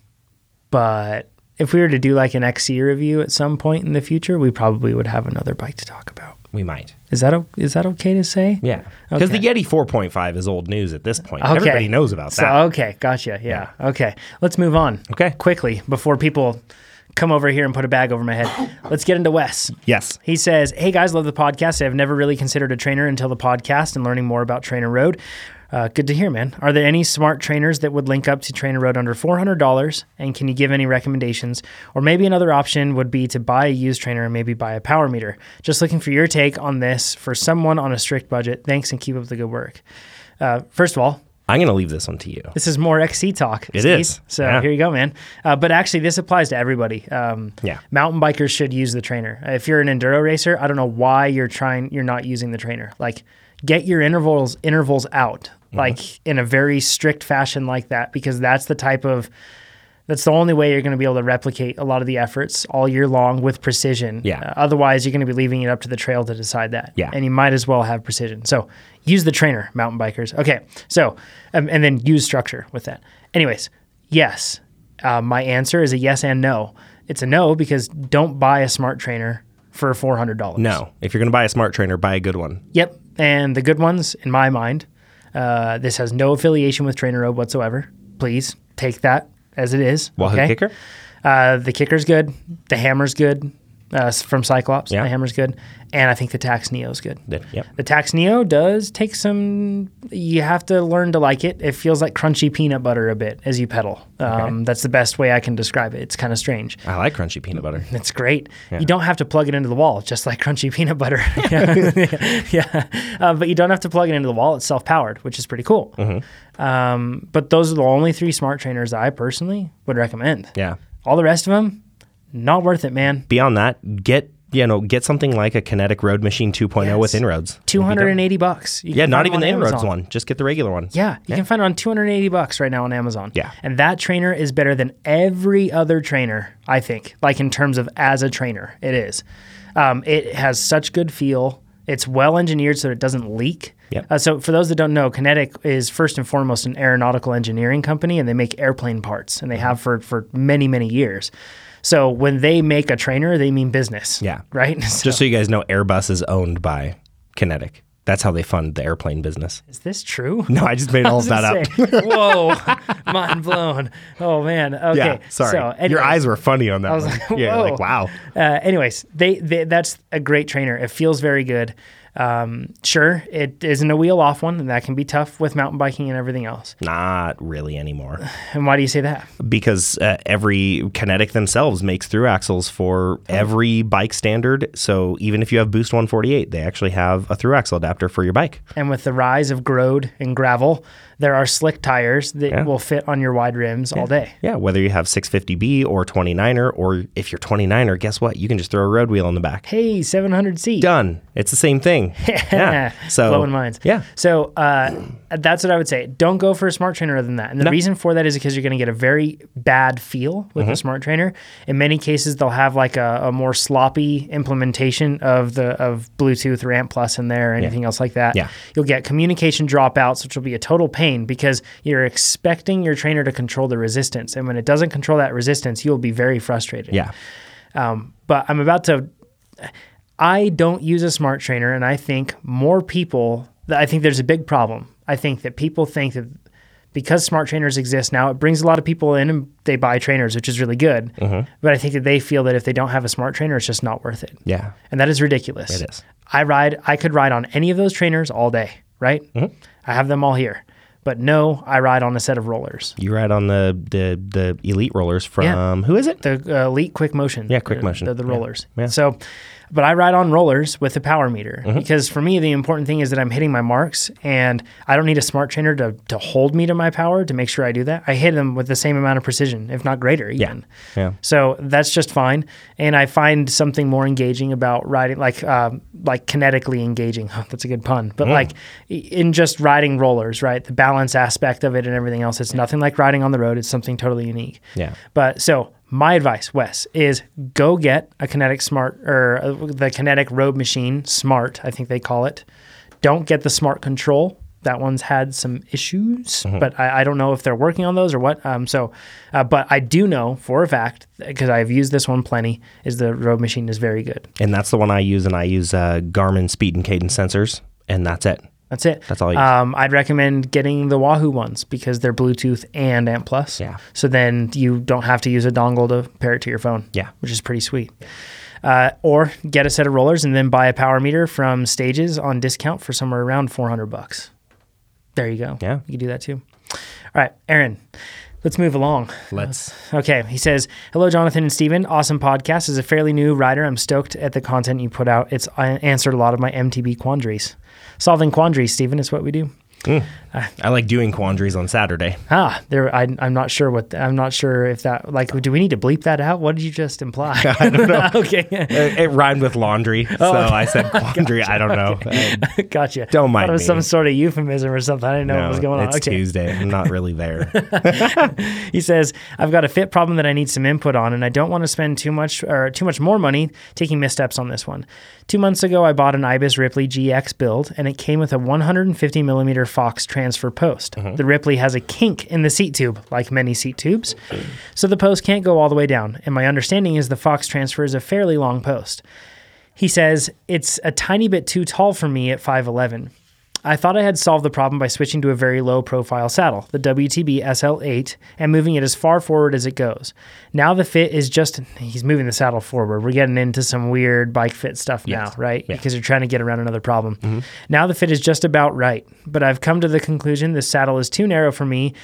Speaker 1: but if we were to do like an XC review at some point in the future, we probably would have another bike to talk about.
Speaker 2: We might.
Speaker 1: Is that o- is that okay to say?
Speaker 2: Yeah. Because
Speaker 1: Okay.
Speaker 2: the Yeti 4.5 is old news at this point. Everybody knows about
Speaker 1: So,
Speaker 2: that.
Speaker 1: okay, gotcha. Yeah. Okay, let's move on.
Speaker 2: Okay.
Speaker 1: quickly before people come over here and put a bag over my head. Let's get into Wes.
Speaker 2: Yes.
Speaker 1: He says, Hey guys, love the podcast. I have never really considered a trainer until the podcast and learning more about Trainer Road. Uh, good to hear, man. Are there any smart trainers that would link up to Trainer Road under $400? And can you give any recommendations? Or maybe another option would be to buy a used trainer and maybe buy a power meter. Just looking for your take on this for someone on a strict budget. Thanks and keep up the good work. Uh, first of all,
Speaker 2: I'm going to leave this one to you.
Speaker 1: this is more XC talk. It is
Speaker 2: is.
Speaker 1: So
Speaker 2: Yeah.
Speaker 1: here you go, man. Uh, but actually, this applies to everybody. Um,
Speaker 2: Yeah.
Speaker 1: Mountain bikers should use the trainer. If you're an enduro racer, I don't know why you're trying. You're not using the trainer. Like, get your intervals intervals out,
Speaker 2: Mm-hmm.
Speaker 1: like in a very strict fashion, like that, because that's the type of that's the only way you're going to be able to replicate a lot of the efforts all year long with precision.
Speaker 2: Yeah.
Speaker 1: Uh, otherwise, you're going to be leaving it up to the trail to decide that.
Speaker 2: Yeah.
Speaker 1: And you might as well have precision. So use the trainer, mountain bikers. Okay. So, um, and then use structure with that. Anyways, yes. Uh, my answer is a yes and no. It's a no because don't buy a smart trainer for $400.
Speaker 2: No. If you're going to buy a smart trainer, buy a good one.
Speaker 1: Yep. And the good ones, in my mind, uh, this has no affiliation with Trainer Road whatsoever. Please take that as it is.
Speaker 2: Wahoo kicker?
Speaker 1: Uh, the kicker's good. The hammer's good uh, s- from Cyclops.
Speaker 2: Yeah.
Speaker 1: The hammer's good. And I think the Tax Neo's good.
Speaker 2: Then- Yep.
Speaker 1: The Tax Neo does take some, you have to learn to like it. It feels like crunchy peanut butter a bit as you pedal. Um, That's the best way I can describe it. It's kind of strange.
Speaker 2: I like crunchy peanut butter.
Speaker 1: It's great. You don't have to plug it into the wall, just like crunchy peanut butter. yeah. Uh, but you don't have to plug it into the wall. It's self powered, which is pretty cool.
Speaker 2: Mm-hmm.
Speaker 1: Um, but those are the only three smart trainers I personally would recommend.
Speaker 2: Yeah.
Speaker 1: All the rest of them, not worth it, man.
Speaker 2: Beyond that, get you know get something like a kinetic road machine 2.0 with
Speaker 1: Yes.
Speaker 2: inroads.
Speaker 1: Two hundred and eighty bucks. You
Speaker 2: Yeah,
Speaker 1: can
Speaker 2: not
Speaker 1: find
Speaker 2: even the
Speaker 1: them on
Speaker 2: inroads
Speaker 1: Amazon.
Speaker 2: one. Just get the regular one.
Speaker 1: Yeah, you can find it on two hundred and eighty bucks right now on Amazon.
Speaker 2: Yeah.
Speaker 1: and that trainer is better than every other trainer, I think. Like in terms of as a trainer, it is. Um, it has such good feel. It's well engineered so that it doesn't leak.
Speaker 2: Yep.
Speaker 1: Uh, so for those that don't know, Kinetic is first and foremost an aeronautical engineering company, and they make airplane parts, and they
Speaker 2: Mm-hmm.
Speaker 1: have for for many many years. So when they make a trainer, they mean business.
Speaker 2: Yeah.
Speaker 1: Right.
Speaker 2: Just so you guys know, Airbus is owned by Kinetic. That's how they fund the airplane business.
Speaker 1: Is this true?
Speaker 2: No, I just made all of that up.
Speaker 1: up. Whoa, mind blown. Oh man. Okay.
Speaker 2: Yeah, sorry.
Speaker 1: So,
Speaker 2: Your
Speaker 1: anyways,
Speaker 2: eyes were funny on that.
Speaker 1: was
Speaker 2: one.
Speaker 1: like,
Speaker 2: yeah,
Speaker 1: whoa.
Speaker 2: like wow.
Speaker 1: Uh, anyways, they, they that's a great trainer. It feels very good. Um, sure, it isn't a wheel off one, and that can be tough with mountain biking and everything else.
Speaker 2: Not really anymore,
Speaker 1: And why do you say that?
Speaker 2: because uh, every Kinetic themselves makes through axles
Speaker 1: Oh.
Speaker 2: for every bike standard. So even if you have Boost 148, they actually have a through axle adapter for your bike.
Speaker 1: And with the rise of grode and gravel, there are slick tires that
Speaker 2: Yeah.
Speaker 1: will fit on your wide rims all day.
Speaker 2: Yeah, whether you have 650B or 29er, or if you're 29er, guess what? You can just throw a road wheel in the back.
Speaker 1: Hey, 700C.
Speaker 2: Done. It's the same thing. Yeah. So
Speaker 1: blowing minds.
Speaker 2: Yeah.
Speaker 1: So uh, that's what I would say. Don't go for a smart trainer other than that. And the reason for that is because you're going to get a very bad feel with
Speaker 2: Mm-hmm.
Speaker 1: a smart trainer. In many cases, they'll have like a, a more sloppy implementation of the of Bluetooth or Amp Plus in there or anything else like that.
Speaker 2: Yeah.
Speaker 1: You'll get communication dropouts, which will be a total pain because you're expecting your trainer to control the resistance, and when it doesn't control that resistance, you'll be very frustrated
Speaker 2: Yeah.
Speaker 1: but I'm about to. I don't use a smart trainer, and I think more people. I think there's a big problem. I think that people think that because smart trainers exist now, it brings a lot of people in and they buy trainers, which is really good.
Speaker 2: Mm-hmm.
Speaker 1: But I think that they feel that if they don't have a smart trainer, it's just not worth it.
Speaker 2: Yeah.
Speaker 1: And that is ridiculous.
Speaker 2: It is.
Speaker 1: I ride I could ride on any of those trainers all day, right?
Speaker 2: Mm-hmm.
Speaker 1: I have them all here. But no, I ride on a set of rollers.
Speaker 2: You ride on the the the elite rollers from Um, who is it?
Speaker 1: The uh, Elite Quick Motion.
Speaker 2: Yeah, Quick
Speaker 1: the-
Speaker 2: Motion.
Speaker 1: The, the
Speaker 2: Yeah.
Speaker 1: rollers.
Speaker 2: Yeah. Mm-hmm.
Speaker 1: So, but I ride on rollers with a power meter because for me, the important thing is that I'm hitting my marks and I don't need a smart trainer to, to hold me to my power to make sure I do that. I hit them with the same amount of precision, if not greater, even.
Speaker 2: Yeah.
Speaker 1: So that's just fine. And I find something more engaging about riding, like um, like kinetically engaging. that's a good pun.
Speaker 2: Mm.
Speaker 1: But like i- in just riding rollers, right? The balance aspect of it and everything else. It's nothing like riding on the road. It's something totally unique.
Speaker 2: Yeah.
Speaker 1: But so my advice, Wes, is go get a kinetic smart or uh, the kinetic road machine smart. I think they call it. Don't get the smart control. That one's had some issues, but I, I don't know if they're working on those or what. Um, so, uh, but I do know for a fact because I've used this one plenty. Is the road machine is very good.
Speaker 2: And that's the one I use, and I use uh, Garmin speed and cadence sensors, and that's it.
Speaker 1: That's it.
Speaker 2: That's all I use.
Speaker 1: Um, I'd recommend getting the Wahoo ones because they're Bluetooth and AMP Plus.
Speaker 2: Yeah.
Speaker 1: So then you don't have to use a dongle to pair it to your phone.
Speaker 2: Yeah.
Speaker 1: Which is pretty sweet. Uh, or get a set of rollers and then buy a power meter from Stages on discount for somewhere around 400 bucks. There you go.
Speaker 2: Yeah.
Speaker 1: You can do that too. All right, Aaron, let's move along.
Speaker 2: Let's
Speaker 1: Okay, he says, "Hello, Jonathan and Steven. Awesome podcast. As a fairly new writer, I'm stoked at the content you put out. It's I answered a lot of my MTB quandaries. Solving quandaries, Steven, is what we do.
Speaker 2: I like doing quandaries on Saturday.
Speaker 1: Ah, there. I, I'm not sure what. I'm not sure if that. Like, do we need to bleep that out? What did you just imply? I don't know. okay,
Speaker 2: It, it rhymed with laundry,
Speaker 1: Oh,
Speaker 2: so I said quandary. I don't know. Uh,
Speaker 1: gotcha.
Speaker 2: Don't mind
Speaker 1: Thought it was
Speaker 2: me.
Speaker 1: some sort of euphemism or something. I didn't know what was
Speaker 2: no,
Speaker 1: going on.
Speaker 2: it's
Speaker 1: okay.
Speaker 2: Tuesday. I'm not really there.
Speaker 1: He says, "I've got a fit problem that I need some input on, and I don't want to spend too much or too much more money taking missteps on this one. Two months ago, I bought an Ibis Ripley GX build, and it came with a 150 millimeter Fox transfer post. The Ripley has a kink in the seat tube, like many seat tubes, so the post can't go all the way down. And my understanding is the Fox transfer is a fairly long post." He says, It's a tiny bit too tall for me at 5'11. I thought I had solved the problem by switching to a very low profile saddle, the WTB SL8, and moving it as far forward as it goes. Now the fit is just, he's moving the saddle forward. We're getting into some weird bike fit stuff now, right? Because you're trying to get around another problem. Now the fit is just about right, but I've come to the conclusion this saddle is too narrow for me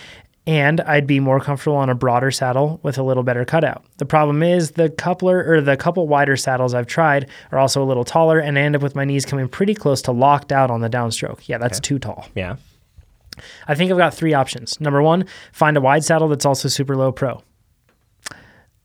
Speaker 1: and I'd be more comfortable on a broader saddle with a little better cutout. The problem is the coupler or the couple wider saddles I've tried are also a little taller, and I end up with my knees coming pretty close to locked out on the downstroke. Yeah, that's too tall.
Speaker 2: Yeah.
Speaker 1: I think I've got three options. Number one, find a wide saddle that's also super low pro.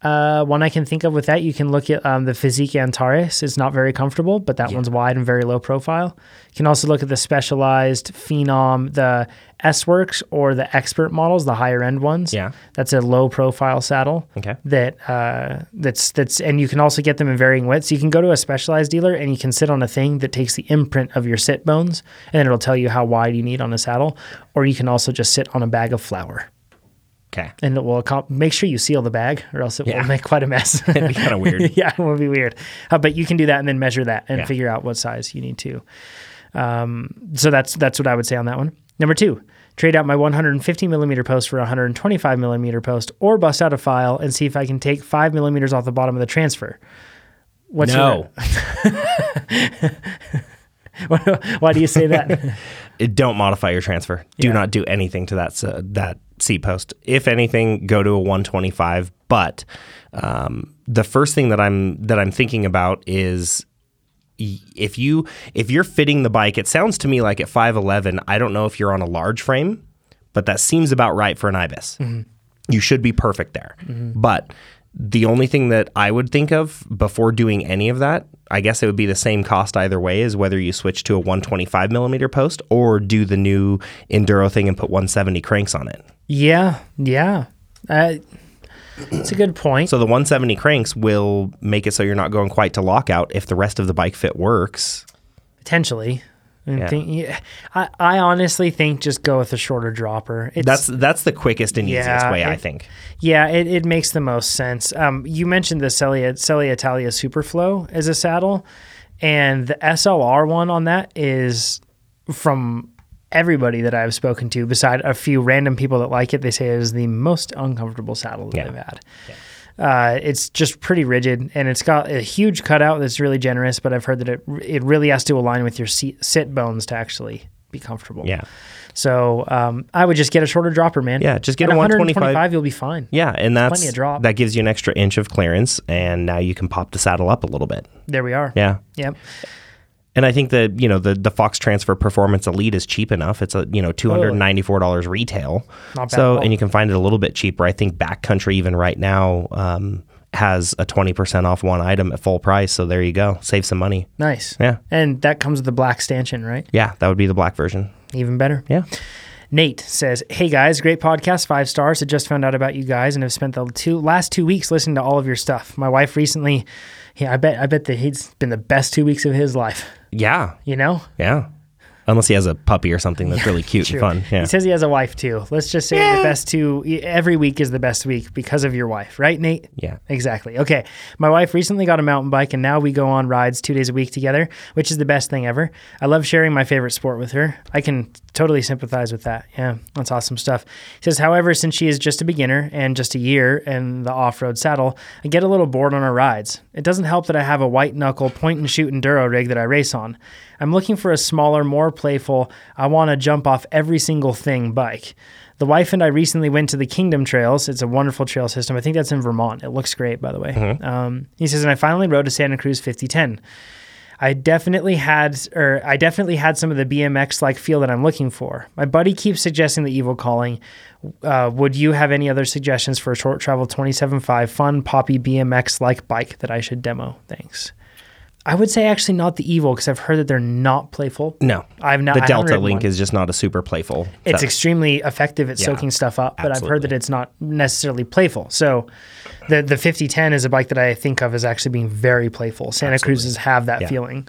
Speaker 1: Uh, one I can think of with that, you can look at um, the Physique Antares. It's not very comfortable, but that one's wide and very low profile. You can also look at the specialized Phenom, the S Works or the Expert models, the higher end ones.
Speaker 2: Yeah.
Speaker 1: that's a low profile saddle.
Speaker 2: Okay.
Speaker 1: that uh, that's that's and you can also get them in varying widths. You can go to a specialized dealer and you can sit on a thing that takes the imprint of your sit bones, and it'll tell you how wide you need on a saddle. Or you can also just sit on a bag of flour
Speaker 2: Okay.
Speaker 1: and it will accom- make sure you seal the bag or else it
Speaker 2: Yeah.
Speaker 1: will make quite a mess.
Speaker 2: It'd be kind of weird.
Speaker 1: yeah, it will be weird. Uh, but you can do that and then measure that and
Speaker 2: Yeah.
Speaker 1: figure out what size you need to. Um, so that's that's what I would say on that one. Number two, trade out my 150 millimeter post for a 125 millimeter post, or bust out a file and see if I can take five millimeters off the bottom of the transfer. What's
Speaker 2: No.
Speaker 1: your, why do you say that?
Speaker 2: Uh, Don't modify your transfer. Do not do anything to that s- that seat post. If anything, go to a 125. But um, the first thing that I'm that I'm thinking about is y- if you if you're fitting the bike. It sounds to me like at 511. I don't know if you're on a large frame, but that seems about right for an ibis.
Speaker 1: Mm-hmm.
Speaker 2: you should be perfect there. But the only thing that I would think of before doing any of that, I guess it would be the same cost either way, is whether you switch to a 125 millimeter post or do the new enduro thing and put 170 cranks on it.
Speaker 1: yeah, yeah. Uh, it's a good point.
Speaker 2: So the 170 cranks will make it so you're not going quite to lockout if the rest of the bike fit works.
Speaker 1: potentially. And
Speaker 2: Yeah.
Speaker 1: think- yeah, I, I honestly think just go with a shorter dropper. It's,
Speaker 2: That's that's the quickest and easiest
Speaker 1: Yeah,
Speaker 2: way, I
Speaker 1: it-
Speaker 2: think.
Speaker 1: yeah, it, it makes the most sense. Um, you mentioned the Celia Celia Italia Superflow as a saddle, and the SLR one on that is from everybody that I've spoken to, beside a few random people that like it. They say it is the most uncomfortable saddle that
Speaker 2: Yeah.
Speaker 1: they've had. Uh, it's just pretty rigid, and it's got a huge cutout that's really generous. But I've heard that it it really has to align with your seat, sit bones to actually be comfortable.
Speaker 2: Yeah.
Speaker 1: So um, I would just get a shorter dropper, man.
Speaker 2: Yeah, just get
Speaker 1: At
Speaker 2: a 125.
Speaker 1: 125. You'll be fine.
Speaker 2: Yeah, and that's
Speaker 1: plenty of drop.
Speaker 2: that gives you an extra inch of clearance, and now you can pop the saddle up a little bit.
Speaker 1: There we are.
Speaker 2: Yeah,
Speaker 1: Yep.
Speaker 2: and I think that you know the the Fox Transfer Performance Elite is cheap enough. It's a you know two hundred ninety four dollars retail.
Speaker 1: Not bad at
Speaker 2: So
Speaker 1: all.
Speaker 2: and you can find it a little bit cheaper. I think Backcountry even right now um, has a twenty percent off one item at full price. So there you go, save some money.
Speaker 1: Nice.
Speaker 2: Yeah.
Speaker 1: And that comes with the black stanchion, right?
Speaker 2: Yeah, that would be the black version.
Speaker 1: Even better.
Speaker 2: Yeah,
Speaker 1: Nate says, Hey guys, great podcast, five stars. I just found out about you guys and have spent the two last two weeks listening to all of your stuff. My wife recently, yeah, I bet I bet that he's been the best two weeks of his life.
Speaker 2: yeah,
Speaker 1: You know?
Speaker 2: yeah. Unless he has a puppy or something that's really cute and fun. Yeah,
Speaker 1: He says he has a wife too. Let's just say the best two every week is the best week because of your wife, right, Nate?
Speaker 2: yeah.
Speaker 1: Exactly. Okay. My wife recently got a mountain bike and now we go on rides two days a week together, which is the best thing ever. I love sharing my favorite sport with her. I can totally sympathize with that. Yeah, that's awesome stuff. He says, however, since she is just a beginner and just a year in the off road saddle, I get a little bored on our rides. It doesn't help that I have a white knuckle point and shoot enduro rig that I race on. I'm looking for a smaller, more playful, I want to jump off every single thing bike. The wife and I recently went to the Kingdom Trails. It's a wonderful trail system. I think that's in Vermont. It looks great, by the way. Um, he says, and I finally rode to Santa Cruz 5010. I definitely had, or I definitely had some of the BMX like feel that I'm looking for. My buddy keeps suggesting the Evil Calling. Uh, would you have any other suggestions for a short travel 27.5 fun poppy BMX like bike that I should demo? Thanks. I would say actually not the Evil because I've heard that they're not playful.
Speaker 2: No,
Speaker 1: I've not.
Speaker 2: the
Speaker 1: I haven't
Speaker 2: Delta
Speaker 1: ridden
Speaker 2: Link
Speaker 1: one
Speaker 2: is just not a super playful.
Speaker 1: it's
Speaker 2: setup.
Speaker 1: extremely effective at
Speaker 2: Yeah,
Speaker 1: soaking stuff up, but I've heard
Speaker 2: absolutely.
Speaker 1: that it's not necessarily playful. So the the 5010 is a bike that I think of as actually being very playful. Santa Cruz's have that feeling.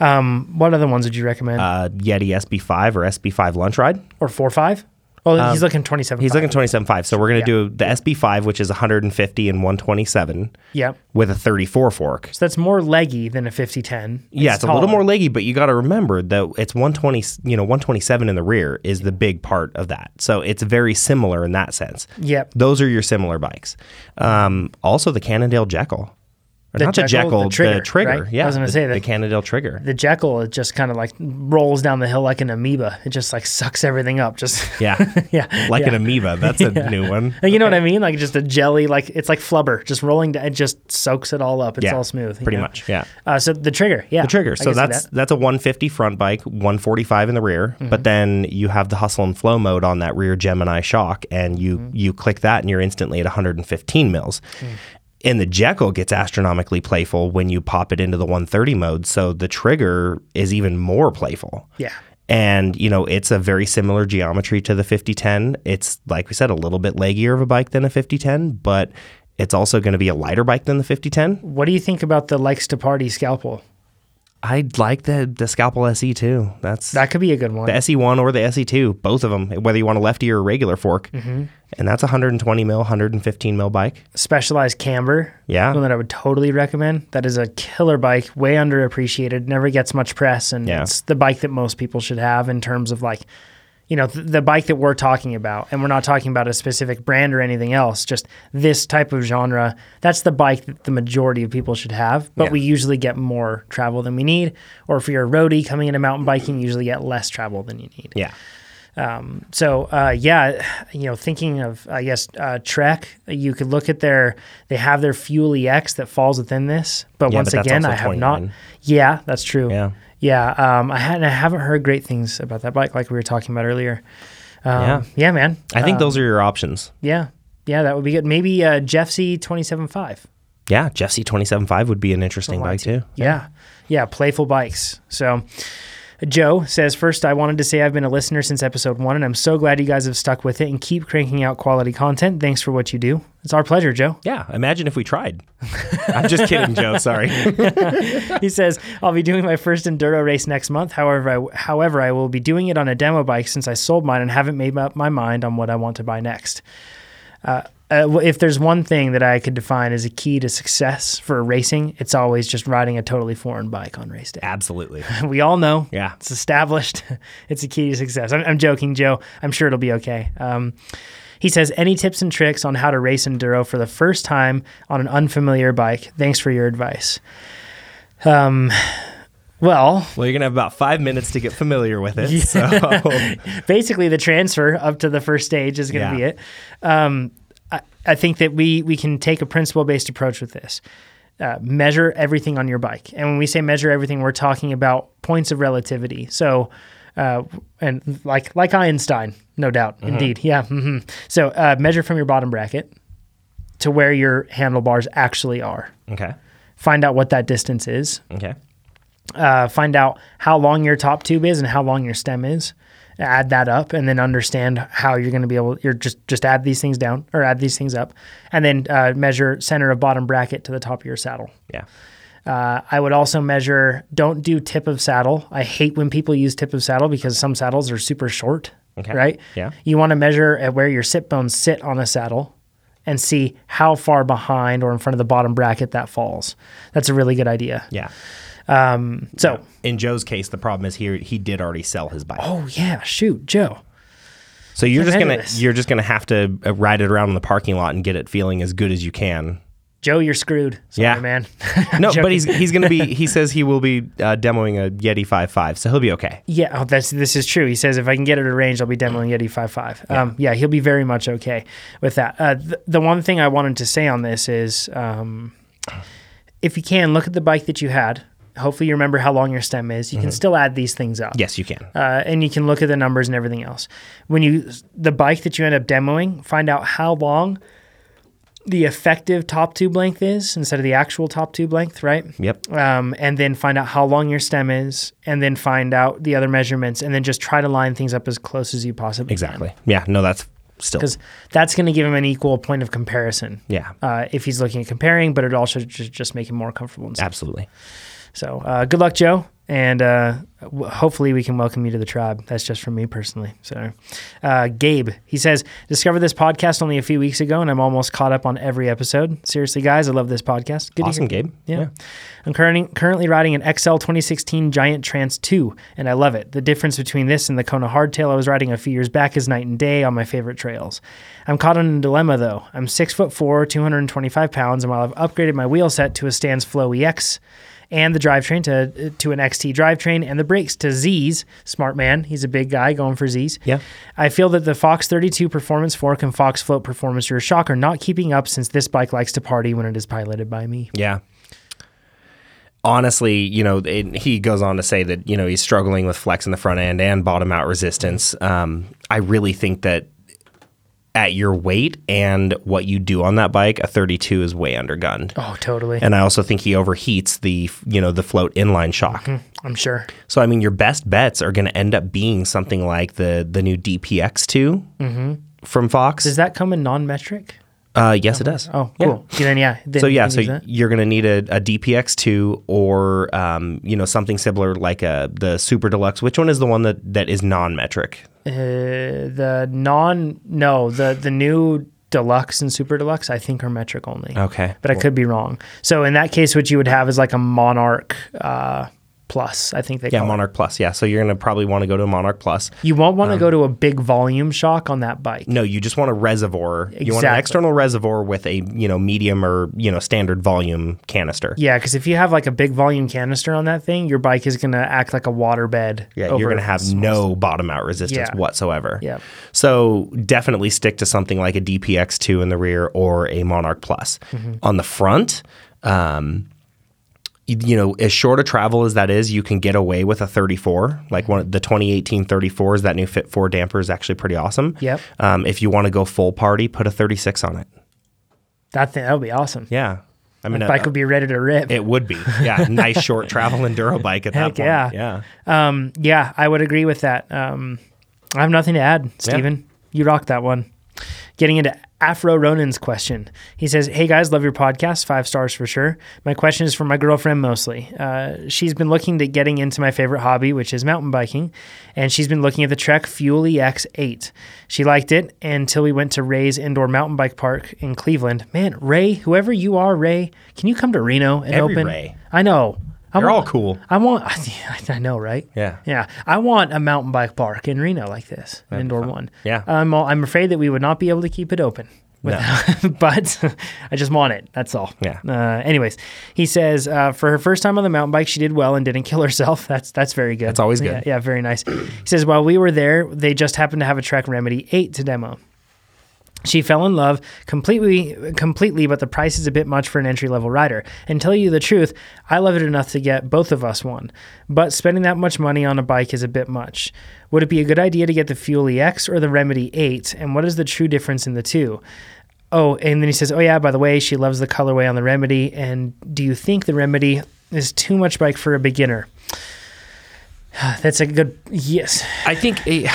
Speaker 1: Um, what other ones would you recommend?
Speaker 2: uh, Yeti SB5 or SB5 lunch ride.
Speaker 1: or 4.5? Well, he's looking 27.
Speaker 2: um, He's looking 27.5. So we're going to do the SB5, which is 150 and 127
Speaker 1: Yeah.
Speaker 2: with a 34 fork.
Speaker 1: So that's more leggy than a 5010.
Speaker 2: yeah, it's a little
Speaker 1: taller.
Speaker 2: more leggy, but you got to remember that it's 120, you know, 127 in the rear is the big part of that. So it's very similar in that sense.
Speaker 1: Yep.
Speaker 2: Those are your similar bikes. Um, also the Cannondale Jekyll. Or
Speaker 1: The
Speaker 2: not the
Speaker 1: Jekyll,
Speaker 2: Jekyll,
Speaker 1: the
Speaker 2: the
Speaker 1: Trigger,
Speaker 2: Trigger.
Speaker 1: right?
Speaker 2: Yeah.
Speaker 1: I was gonna
Speaker 2: the,
Speaker 1: say that-
Speaker 2: the Cannondale Trigger.
Speaker 1: The Jekyll it just kind of like rolls down the hill like an amoeba. It just like sucks everything up. Just
Speaker 2: yeah.
Speaker 1: yeah.
Speaker 2: Like an amoeba. That's a new one.
Speaker 1: Like, you know what I mean? Like just a jelly, like it's like flubber, just rolling. down- It just soaks it all up. It's
Speaker 2: Yeah,
Speaker 1: all smooth. you
Speaker 2: pretty
Speaker 1: know?
Speaker 2: much. Yeah.
Speaker 1: Uh, so the trigger, yeah,
Speaker 2: the trigger.
Speaker 1: I
Speaker 2: So
Speaker 1: can see
Speaker 2: that's
Speaker 1: that.
Speaker 2: that's a 150 front bike, 145 in the rear. But then you have the hustle and flow mode on that rear Gemini shock, and you you click that, and you're instantly at 115 mils. And the Jekyll gets astronomically playful when you pop it into the 130 mode. So the trigger is even more playful.
Speaker 1: yeah.
Speaker 2: And you know it's a very similar geometry to the 5010. It's like we said, a little bit leggier of a bike than a 5010, but it's also going to be a lighter bike than the 5010.
Speaker 1: What do you think about the likes to party scalpel?
Speaker 2: I like the the Scalpel SE too. That's
Speaker 1: That could be a good one.
Speaker 2: the SE1 or the SE2, both of them, whether you want a lefty or a regular fork.
Speaker 1: Mm-hmm.
Speaker 2: And that's 120 mil, 115 mil bike.
Speaker 1: Specialized camber,
Speaker 2: Yeah.
Speaker 1: one that I would totally recommend. That is a killer bike, way underappreciated, never gets much press, and
Speaker 2: Yeah.
Speaker 1: it's the bike that most people should have in terms of like, you know, th- the bike that we're talking about, and we're not talking about a specific brand or anything else. Just this type of genre. That's the bike that the majority of people should have, but
Speaker 2: Yeah.
Speaker 1: we usually get more travel than we need. Or if you're a roadie coming into mountain biking, you usually get less travel than you need.
Speaker 2: Yeah.
Speaker 1: So uh, yeah, you know, thinking of I guess uh, Trek, you could look at their they have their Fuel EX that falls within this, but
Speaker 2: Yeah,
Speaker 1: once
Speaker 2: but that's
Speaker 1: again,
Speaker 2: also
Speaker 1: I have
Speaker 2: 29.
Speaker 1: not. Yeah, that's true.
Speaker 2: Yeah.
Speaker 1: yeah. Um, I hadn't I haven't heard great things about that bike like we were talking about earlier. Um,
Speaker 2: Yeah.
Speaker 1: yeah, man.
Speaker 2: I think those are your options.
Speaker 1: yeah, yeah, that would be good. Maybe uh, Jeff C twenty seven five.
Speaker 2: Yeah. Jeff C275 would be an interesting bike too.
Speaker 1: Yeah. Yeah. Playful bikes. So, Joe says, First, I wanted to say I've been a listener since episode one, and I'm so glad you guys have stuck with it and keep cranking out quality content. Thanks for what you do. It's our pleasure, Joe.
Speaker 2: Yeah, imagine if we tried. I'm just kidding, Joe. Sorry.
Speaker 1: He says, I'll be doing my first enduro race next month. However, I, however, I will be doing it on a demo bike since I sold mine and haven't made up my mind on what I want to buy next. Uh, uh, well, if there's one thing that I could define as a key to success for racing, it's always just riding a totally foreign bike on race day.
Speaker 2: Absolutely.
Speaker 1: We all know.
Speaker 2: Yeah.
Speaker 1: It's established. It's a key to success. I'm, I'm joking, Joe. I'm sure it'll be okay. Um, he says, Any tips and tricks on how to race enduro for the first time on an unfamiliar bike? Thanks for your advice. Um, well,
Speaker 2: Well, you're gonna have about five minutes to get familiar with it. So
Speaker 1: basically, the transfer up to the first stage is going to
Speaker 2: Yeah.
Speaker 1: be it. Um, I, I think that we we can take a principle based approach with this. Uh, measure everything on your bike, and when we say measure everything, we're talking about points of relativity. So, uh, and like like Einstein, no doubt, indeed, yeah. hmm So uh, measure from your bottom bracket to where your handlebars actually are.
Speaker 2: okay,
Speaker 1: Find out what that distance is
Speaker 2: okay,
Speaker 1: uh, find out how long your top tube is and how long your stem is. Add that up, and then understand how you're going to be able. You're just just add these things down or add these things up, and then uh, measure center of bottom bracket to the top of your saddle.
Speaker 2: yeah,
Speaker 1: Uh, I would also measure. Don't do tip of saddle. I hate when people use tip of saddle because some saddles are super short.
Speaker 2: Okay.
Speaker 1: Right.
Speaker 2: Yeah.
Speaker 1: You want to measure at where your sit bones sit on a saddle, and see how far behind or in front of the bottom bracket that falls. That's a really good idea.
Speaker 2: yeah.
Speaker 1: So.
Speaker 2: In Joe's case, the problem is he he did already sell his bike,
Speaker 1: Oh yeah, shoot, Joe.
Speaker 2: so you're just
Speaker 1: ahead of
Speaker 2: gonna
Speaker 1: this.
Speaker 2: you're just gonna have to uh, ride it around in the parking lot and get it feeling as good as you can.
Speaker 1: Joe, you're screwed. Sorry,
Speaker 2: Yeah.
Speaker 1: man.
Speaker 2: No,
Speaker 1: Joking.
Speaker 2: but he's he's gonna be he says he will be uh, demoing a Yeti 5.5, so he'll be okay.
Speaker 1: yeah, oh, that's this is true. He says if I can get it arranged, I'll be demoing Yeti 55. Um, yeah, he'll be very much okay with that. Uh, th- the one thing I wanted to say on this is, um, if you can look at the bike that you had. Hopefully, you remember how long your stem is.
Speaker 2: Mm-hmm.
Speaker 1: You can still add these things up.
Speaker 2: Yes, you can.
Speaker 1: uh, and you can look at the numbers and everything else. When you the bike that you end up demoing, find out how long the effective top tube length is instead of the actual top tube length, right?
Speaker 2: Yep.
Speaker 1: Um, and then find out how long your stem is, and then find out the other measurements, and then just try to line things up as close as you possibly
Speaker 2: Exactly. Yeah. No, that's still
Speaker 1: Because that's going to give him an equal point of comparison.
Speaker 2: yeah.
Speaker 1: Uh, if he's looking at comparing, but it also just, just make him more comfortable. And stuff.
Speaker 2: Absolutely.
Speaker 1: So uh, good luck, Joe. And uh, w- hopefully we can welcome you to the tribe. That's just from me personally. So, uh, Gabe, he says, discovered this podcast only a few weeks ago, and I'm almost caught up on every episode. Seriously, guys, I love this podcast. Good
Speaker 2: Awesome,
Speaker 1: to hear.
Speaker 2: Gabe.
Speaker 1: Yeah. I'm currently currently riding an XL 2016 Giant Trans 2, and I love it. The difference between this and the Kona Hardtail I was riding a few years back is night and day on my favorite trails. I'm caught in a dilemma though. I'm six foot four, 225 pounds, and while I've upgraded my wheel set to a Stans Flow EX and the drivetrain to to an XT drivetrain and the brakes to Z's, smart man, he's a big guy going for Z's.
Speaker 2: Yeah.
Speaker 1: I feel that the Fox 32 Performance Fork and Fox Float Performance Rear Shock are not keeping up since this bike likes to party when it is piloted by me.
Speaker 2: Yeah. Honestly, you know, it, he goes on to say that you know he's struggling with flex in the front end and bottom out resistance. Um, I really think that at your weight and what you do on that bike, a 32 is way undergunned.
Speaker 1: Oh, totally.
Speaker 2: And I also think he overheats the you know the float inline shock.
Speaker 1: I'm sure.
Speaker 2: So I mean, your best bets are going to end up being something like the the new DPX2 from Fox.
Speaker 1: Mm-hmm. Does that come in non-metric?
Speaker 2: uh, yes, it does.
Speaker 1: Oh,
Speaker 2: Yeah.
Speaker 1: cool. Yeah. Then yeah. Then
Speaker 2: So
Speaker 1: you
Speaker 2: yeah,
Speaker 1: can
Speaker 2: so
Speaker 1: use that.
Speaker 2: you're going to need a, a DPX2 or um, you know something similar like a the Super Deluxe. Which one is the one that that is non-metric?
Speaker 1: Uh, the non no the the new deluxe and super deluxe I think are metric only.
Speaker 2: Okay.
Speaker 1: But I could be wrong. So in that case, what you would have is like a Monarch uh, Plus. I think they
Speaker 2: Yeah,
Speaker 1: call it.
Speaker 2: Monarch Plus. Yeah, so you're going to probably want to go to a Monarch Plus.
Speaker 1: You won't
Speaker 2: um,
Speaker 1: want to go to a big volume shock on that bike.
Speaker 2: No, you just want a reservoir. You want an
Speaker 1: Exactly.
Speaker 2: external reservoir with a you know medium or you know standard volume canister.
Speaker 1: Yeah, because if you have like a big volume canister on that thing, your bike is gonna act like a waterbed.
Speaker 2: Yeah,
Speaker 1: over
Speaker 2: you're going to have no bottom out resistance
Speaker 1: Yeah.
Speaker 2: whatsoever.
Speaker 1: Yep.
Speaker 2: So definitely stick to something like a DPX2 in the rear or a Monarch Plus.
Speaker 1: Mm-hmm.
Speaker 2: On the front, um, you, you know, as short a travel as that is, you can get away with a 34. Like one of the 2018 34s, that new Fit 4 damper is actually pretty awesome.
Speaker 1: Yep.
Speaker 2: Um, if you want to go full party, put a 36 on it.
Speaker 1: that thing. That would be awesome.
Speaker 2: Yeah. I mean, a-
Speaker 1: bike would be ready to rip.
Speaker 2: it would be. Yeah, nice short travel enduro bike at
Speaker 1: Heck
Speaker 2: that point.
Speaker 1: yeah.
Speaker 2: yeah.
Speaker 1: um, yeah, I would agree with that. Um, I have nothing to add, Steven. You rocked that one. Getting into Afro Ronin's question. He says, Hey guys, love your podcast. Five stars for sure. My question is for my girlfriend mostly. Uh, she's been looking to getting into my favorite hobby, which is mountain biking, and she's been looking at the Trek Fuel EX8. She liked it until we went to Ray's Indoor Mountain Bike Park in Cleveland. Man, Ray, whoever you are, Ray, can you come to Reno and
Speaker 2: Every
Speaker 1: open?
Speaker 2: Ray.
Speaker 1: I know. I
Speaker 2: They're all
Speaker 1: want-
Speaker 2: cool.
Speaker 1: I want. I know, right?
Speaker 2: Yeah.
Speaker 1: Yeah. I want a mountain bike park in Reno like this, an indoor one.
Speaker 2: Yeah.
Speaker 1: I'm. All, I'm afraid that we would not be able to keep it open. but I just want it. That's all.
Speaker 2: Yeah.
Speaker 1: Uh, anyways, he says uh, for her first time on the mountain bike, she did well and didn't kill herself. That's that's very good. That's
Speaker 2: always good.
Speaker 1: Yeah, yeah, very nice. He says while we were there, they just happened to have a Trek Remedy Eight to demo. She fell in love completely, completely, but the price is a bit much for an entry level rider. And tell you the truth, I love it enough to get both of us one. But spending that much money on a bike is a bit much. Would it be a good idea to get the Fuel EX or the Remedy 8? And what is the true difference in the two? Oh, and then he says, Oh, yeah, by the way, she loves the colorway on the Remedy. And do you think the Remedy is too much bike for a beginner? That's a good yes.
Speaker 2: I think, eh,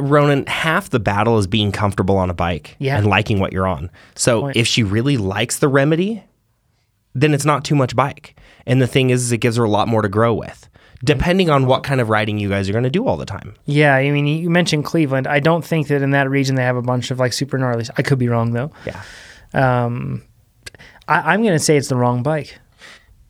Speaker 2: Ronan, half the battle is being comfortable on a bike
Speaker 1: Yeah.
Speaker 2: and liking what you're on. So if she really likes the remedy, then it's not too much bike. And the thing is, is it gives her a lot more to grow with, depending on what kind of riding you guys are going to do all the time.
Speaker 1: Yeah, I mean, you mentioned Cleveland. I don't think that in that region they have a bunch of like super gnarlies. I could be wrong though. Um,
Speaker 2: Yeah.
Speaker 1: I, I'm going to say it's the wrong bike.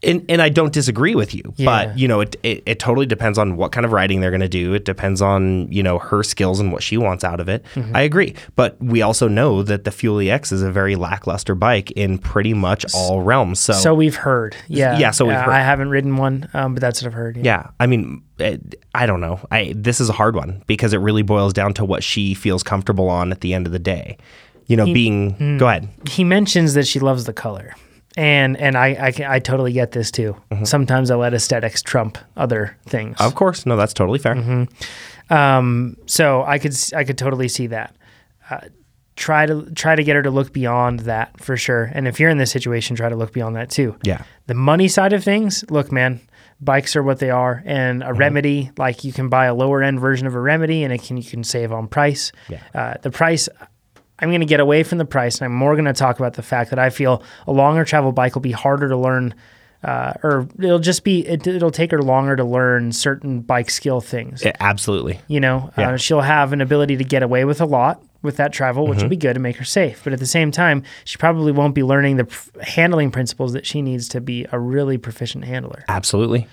Speaker 2: And, and I don't disagree with you,
Speaker 1: Yeah.
Speaker 2: but you know it, it it totally depends on what kind of riding they're going to do. It depends on you know her skills and what she wants out of it.
Speaker 1: Mm-hmm.
Speaker 2: I agree, but we also know that the Fuel EX is a very lackluster bike in pretty much all realms.
Speaker 1: So we've heard. Yeah. Uh,
Speaker 2: yeah, so we've heard.
Speaker 1: I haven't ridden one, um, but that's what I've heard.
Speaker 2: Yeah, I mean, it, I don't know. I this is a hard one because it really boils down to what she feels comfortable on at the end of the day. You know, being
Speaker 1: Mm.
Speaker 2: go ahead.
Speaker 1: He mentions that she loves the color. And and I I, can- I totally get this too.
Speaker 2: Mm-hmm.
Speaker 1: Sometimes I let aesthetics trump other things.
Speaker 2: Of course, no, that's totally fair.
Speaker 1: Mm-hmm. Um, so I could s- I could totally see that. Uh, try to try to get her to look beyond that for sure. And if you're in this situation, try to look beyond that too.
Speaker 2: Yeah.
Speaker 1: The money side of things, look, man, bikes are what they are, and a remedy like you can buy a lower end version of a remedy, and it can you can save on price.
Speaker 2: Yeah.
Speaker 1: Uh, the price. I'm going to get away from the price, and I'm more going to talk about the fact that I feel a longer travel bike will be harder to learn, uh, or it'll just be it, it'll take her longer to learn certain bike skill things.
Speaker 2: Yeah, Eh, absolutely.
Speaker 1: You know, uh,
Speaker 2: Yeah.
Speaker 1: she'll have an ability to get away with a lot with that travel,
Speaker 2: Mm-hmm.
Speaker 1: which will be good and make her safe. But at the same time, she probably won't be learning the pr- handling principles that she needs to be a really proficient handler.
Speaker 2: Absolutely.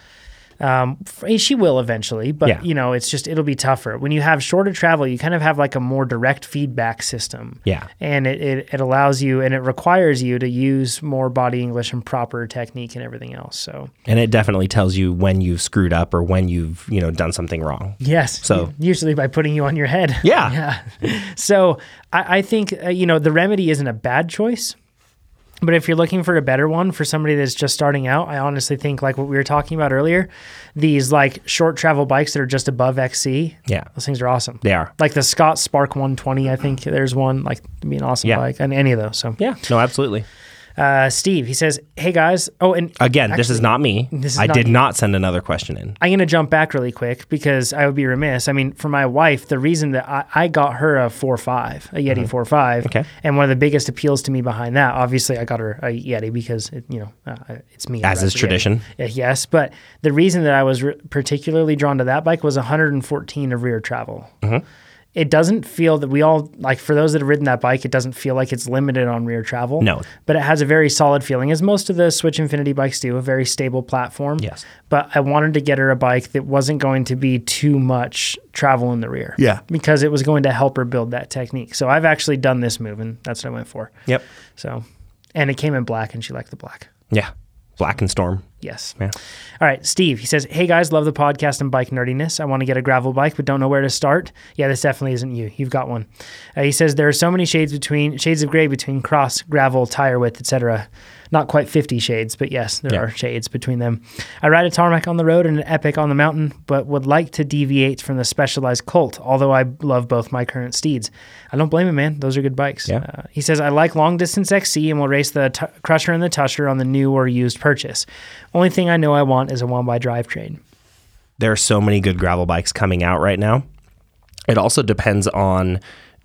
Speaker 1: F- eh, She will eventually, but
Speaker 2: Yeah.
Speaker 1: you know, it's just it'll be tougher when you have shorter travel. You kind of have like a more direct feedback system.
Speaker 2: Yeah.
Speaker 1: and it, it it allows you and it requires you to use more body English and proper technique and everything else. So
Speaker 2: And it definitely tells you when you've screwed up or when you've, you know, done something wrong.
Speaker 1: Yes.
Speaker 2: So-
Speaker 1: u- usually by putting you on your head.
Speaker 2: Yeah.
Speaker 1: Yeah. So I, I think uh, you know the remedy isn't a bad choice, but if you're looking for a better one for somebody that's just starting out, I honestly think like what we were talking about earlier, these like short travel bikes that are just above XC.
Speaker 2: Yeah.
Speaker 1: Those things are awesome.
Speaker 2: They are.
Speaker 1: Like the Scott Spark 120, I think there's one like it'd be an awesome
Speaker 2: Yeah.
Speaker 1: bike and any of those. So
Speaker 2: Yeah. No, absolutely.
Speaker 1: uh, Steve, he says, "Hey guys, oh and
Speaker 2: Again, this is not me.
Speaker 1: this is
Speaker 2: I
Speaker 1: not
Speaker 2: did
Speaker 1: you.
Speaker 2: not send another question in.
Speaker 1: I'm going to jump back really quick because I would be remiss. I mean, for my wife, the reason that I, I got her a 4.5, a Yeti 4.5,
Speaker 2: Mm-hmm. Okay.
Speaker 1: and one of the biggest appeals to me behind that, obviously, I got her a Yeti because, it, you know, uh, it's me. I
Speaker 2: As
Speaker 1: rep
Speaker 2: is
Speaker 1: the Yeti.
Speaker 2: tradition.
Speaker 1: Uh, Yes. But the reason that I was re- particularly drawn to that bike was 114 of rear travel.
Speaker 2: Mm-hmm.
Speaker 1: It doesn't feel that we all, like, for those that have ridden that bike, it doesn't feel like it's limited on rear travel.
Speaker 2: No.
Speaker 1: But it has a very solid feeling, as most of the Switch Infinity bikes do, a very stable platform
Speaker 2: Yes.
Speaker 1: but I wanted to get her a bike that wasn't going to be too much travel in the rear.
Speaker 2: Yeah.
Speaker 1: Because it was going to help her build that technique. So I've actually done this move and that's what I went for.
Speaker 2: Yep.
Speaker 1: So, and it came in black and she liked the black.
Speaker 2: Yeah. Black and Storm.
Speaker 1: Yes.
Speaker 2: Yeah.
Speaker 1: All right, Steve. He says, "Hey guys, love the podcast and bike nerdiness. I want to get a gravel bike, but don't know where to start. Yeah, this definitely isn't you. You've got one." Uh, he says, "There are so many shades between shades of gray between cross, gravel, tire width, etc. Not quite 50 shades, but yes, there
Speaker 2: Yeah.
Speaker 1: are shades between them. I ride a tarmac on the road and an epic on the mountain, but would like to deviate from the specialized Colt. Although I love both my current steeds, I don't blame him, man. Those are good bikes.
Speaker 2: Yeah.
Speaker 1: Uh, he says, I like long distance XC and will race the t- Crusher and the Tusher on the new or used purchase. Only thing I know I want is a one by drivetrain.
Speaker 2: there are so many good gravel bikes coming out right now. It also depends on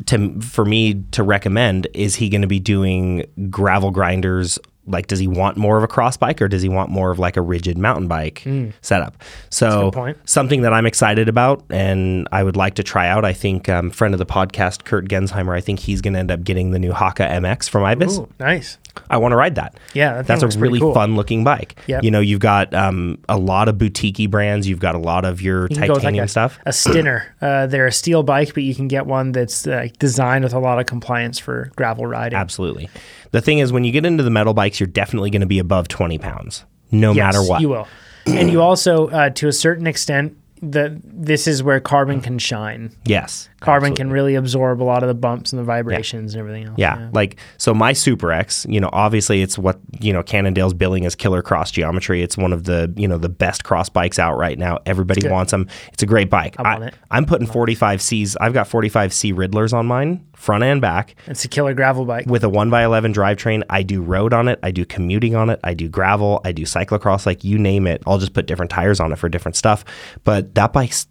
Speaker 2: to for me to recommend is he going to be doing gravel grinders like does he want more of a cross bike or does he want more of like a rigid mountain bike setup? So
Speaker 1: Hmm. good point.
Speaker 2: something that I'm excited about and I would like to try out. I think um, friend of the podcast Kurt Gensheimer. I think he's going to end up getting the new Haka MX from Ibis.
Speaker 1: nice.
Speaker 2: I want to ride that.
Speaker 1: Yeah, that thing
Speaker 2: that's a
Speaker 1: looks pretty
Speaker 2: really
Speaker 1: cool.
Speaker 2: fun looking bike.
Speaker 1: Yep.
Speaker 2: you know, you've got um, a lot of boutiquey brands. You've got a lot of your
Speaker 1: You can go with,
Speaker 2: titanium
Speaker 1: like a,
Speaker 2: stuff.
Speaker 1: A Stinner. Uh, they're a steel bike, but you can get one that's uh, designed with a lot of compliance for gravel riding.
Speaker 2: Absolutely. The thing is, when you get into the metal bikes, you're definitely going to be above 20 pounds, no
Speaker 1: Yes,
Speaker 2: matter what.
Speaker 1: You will. and you also, uh, to a certain extent, the, this is where carbon can shine.
Speaker 2: Yes,
Speaker 1: Carbon
Speaker 2: absolutely.
Speaker 1: can really absorb a lot of the bumps and the vibrations and everything else.
Speaker 2: Yeah, like so my Super X, you know, obviously it's what, you know, Cannondale's billing as killer cross geometry. It's one of the, you know, the best cross bikes out right now. Everybody wants them. It's a great bike. I
Speaker 1: want it.
Speaker 2: I'm putting 45Cs. I've got 45C Riddlers on mine, front and back.
Speaker 1: It's a killer gravel bike.
Speaker 2: with a 1x11 drivetrain, I do road on it, I do commuting on it, I do gravel, I do cyclocross, like you name it. I'll just put different tires on it for different stuff. But that bike's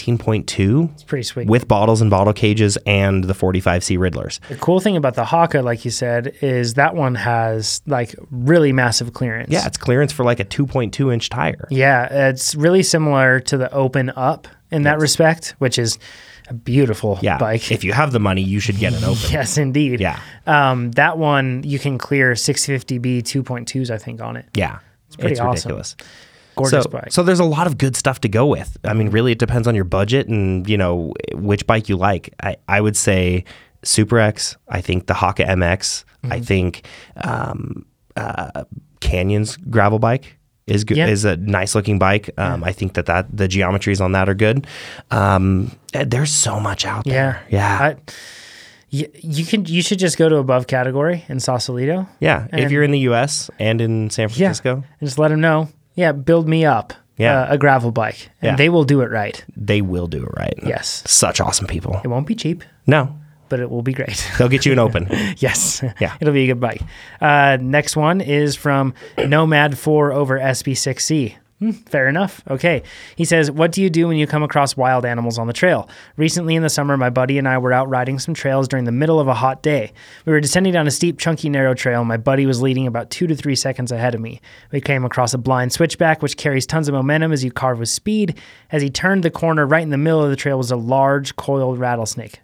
Speaker 2: 17.2. It's
Speaker 1: pretty sweet.
Speaker 2: With bottles and bottle cages and the 45C Riddlers.
Speaker 1: The cool thing about the Haka, like you said, is that one has like really massive clearance.
Speaker 2: Yeah, it's clearance for like a 2.2 inch tire.
Speaker 1: Yeah, it's really similar to the Open Up in that respect, which is a beautiful
Speaker 2: Yeah.
Speaker 1: bike.
Speaker 2: If you have the money, you should get an open.
Speaker 1: yes, indeed.
Speaker 2: Yeah.
Speaker 1: Um, that one you can clear 650B 2.2s, I think, on it.
Speaker 2: Yeah. It's
Speaker 1: pretty awesome.
Speaker 2: ridiculous.
Speaker 1: Gorgeous
Speaker 2: So,
Speaker 1: bike.
Speaker 2: so there's a lot of good stuff to go with. I mean, really, it depends on your budget and you know which bike you like. I, I would say Super X. I think the Haka MX.
Speaker 1: Mm-hmm.
Speaker 2: I think um, uh, Canyon's gravel bike is good.
Speaker 1: Yeah.
Speaker 2: Is a nice looking bike. Um, I think that that the geometries on that are good. Um, eh, there's so much out
Speaker 1: yeah.
Speaker 2: there. Yeah,
Speaker 1: I, you, you can you should just go to above category in Sausalito.
Speaker 2: yeah. If
Speaker 1: and-
Speaker 2: you're in the U.S. and in San
Speaker 1: Yeah.
Speaker 2: Francisco,
Speaker 1: And just let them know. Yeah, build me up.
Speaker 2: Yeah.
Speaker 1: Uh, a gravel bike, and
Speaker 2: Yeah.
Speaker 1: they will do it right.
Speaker 2: they will do it right.
Speaker 1: Yes.
Speaker 2: such awesome people.
Speaker 1: It won't be cheap,
Speaker 2: No,
Speaker 1: but it will be great.
Speaker 2: they'll get you an open.
Speaker 1: Yes.
Speaker 2: Yeah.
Speaker 1: It'll be a good bike. Uh, next one is from Nomad 4 over SB6C. Hmm, fair enough. Okay. He says, What do you do when you come across wild animals on the trail? Recently in the summer, my buddy and I were out riding some trails during the middle of a hot day. We were descending down a steep, chunky, narrow trail. and My buddy was leading about two to three seconds ahead of me. We came across a blind switchback, which carries tons of momentum as you carve with speed. As he turned the corner, right in the middle of the trail was a large coiled rattlesnake.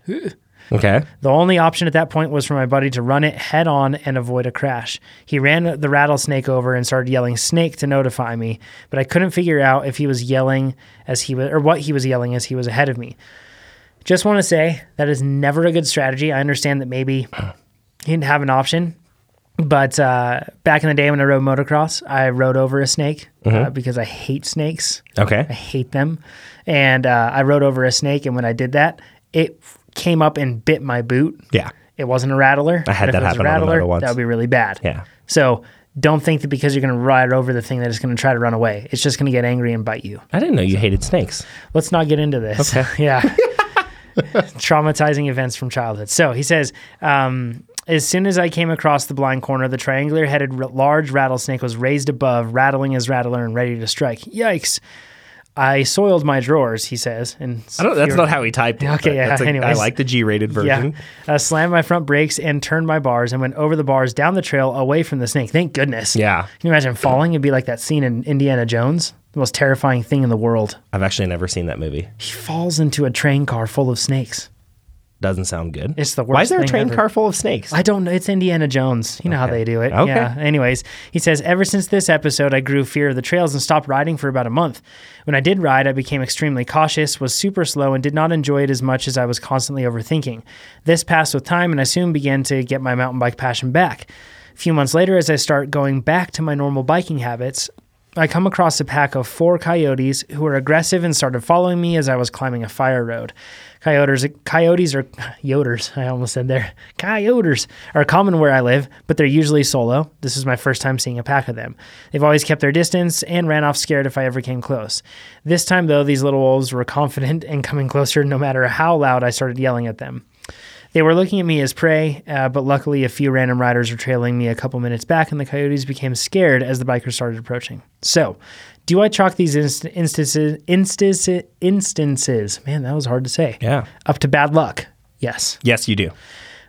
Speaker 2: okay.
Speaker 1: The only option at that point was for my buddy to run it head on and avoid a crash. He ran the rattlesnake over and started yelling snake to notify me, but I couldn't figure out if he was yelling as he was or what he was yelling as he was ahead of me. Just want to say that is never a good strategy. I understand that maybe he didn't have an option, but uh, back in the day when I rode motocross, I rode over a snake uh, because I hate snakes. I
Speaker 2: Okay.
Speaker 1: hate them. And uh, I rode over a snake, and when I did that, it f- came up and bit my boot.
Speaker 2: Yeah.
Speaker 1: It wasn't a rattler. I
Speaker 2: had that happen on a moto once.
Speaker 1: That would be really bad.
Speaker 2: Yeah.
Speaker 1: So don't think that because you're going to ride over the thing that it's going to try to run away. It's just going to get angry and bite you.
Speaker 2: I didn't know you hated snakes.
Speaker 1: Let's not get into this.
Speaker 2: Okay.
Speaker 1: yeah. Traumatizing events from childhood. So he says, um, as soon as I came across the blind corner, the triangular headed r- large rattlesnake was raised above, rattling his rattler and ready to strike. Yikes. I soiled my drawers, he says. And
Speaker 2: I don't, that's not how he typed it.
Speaker 1: Okay,
Speaker 2: but
Speaker 1: yeah,
Speaker 2: that's a- I
Speaker 1: anyways.
Speaker 2: like the G-rated version.
Speaker 1: Yeah. Uh, slammed my front brakes and turned my bars and went over the bars down the trail away from the snake. Thank goodness.
Speaker 2: Yeah.
Speaker 1: Can you imagine falling? It'd be like that scene in Indiana Jones, the most terrifying thing in the world.
Speaker 2: I've actually never seen that movie.
Speaker 1: He falls into a train car full of snakes.
Speaker 2: Doesn't sound good.
Speaker 1: It's the
Speaker 2: Why
Speaker 1: worst
Speaker 2: is there a
Speaker 1: thing
Speaker 2: train
Speaker 1: ever.
Speaker 2: car full of snakes?
Speaker 1: I don't know. It's Indiana Jones. You know how
Speaker 2: Okay.
Speaker 1: they do it.
Speaker 2: Okay.
Speaker 1: Yeah. Anyways, he says, ever since this episode, I grew fear of the trails and stopped riding for about a month. When I did ride, I became extremely cautious, was super slow, and did not enjoy it as much as I was constantly overthinking. This passed with time, and I soon began to get my mountain bike passion back. A few months later, as I start going back to my normal biking habits, I come across a pack of four coyotes who were aggressive and started following me as I was climbing a fire road. Coyotes, coyotes are yoders. I almost said there. Coyotes are common where I live, but they're usually solo. This is my first time seeing a pack of them. They've always kept their distance and ran off scared if I ever came close. This time though, these little wolves were confident and coming closer, no matter how loud I started yelling at them. They were looking at me as prey, uh, but luckily a few random riders were trailing me a couple minutes back, and the coyotes became scared as the bikers started approaching. So, do I chalk these inst- instances, instances, instances? Man, that was hard to say.
Speaker 2: Yeah.
Speaker 1: Up to bad luck. Yes.
Speaker 2: Yes, you do.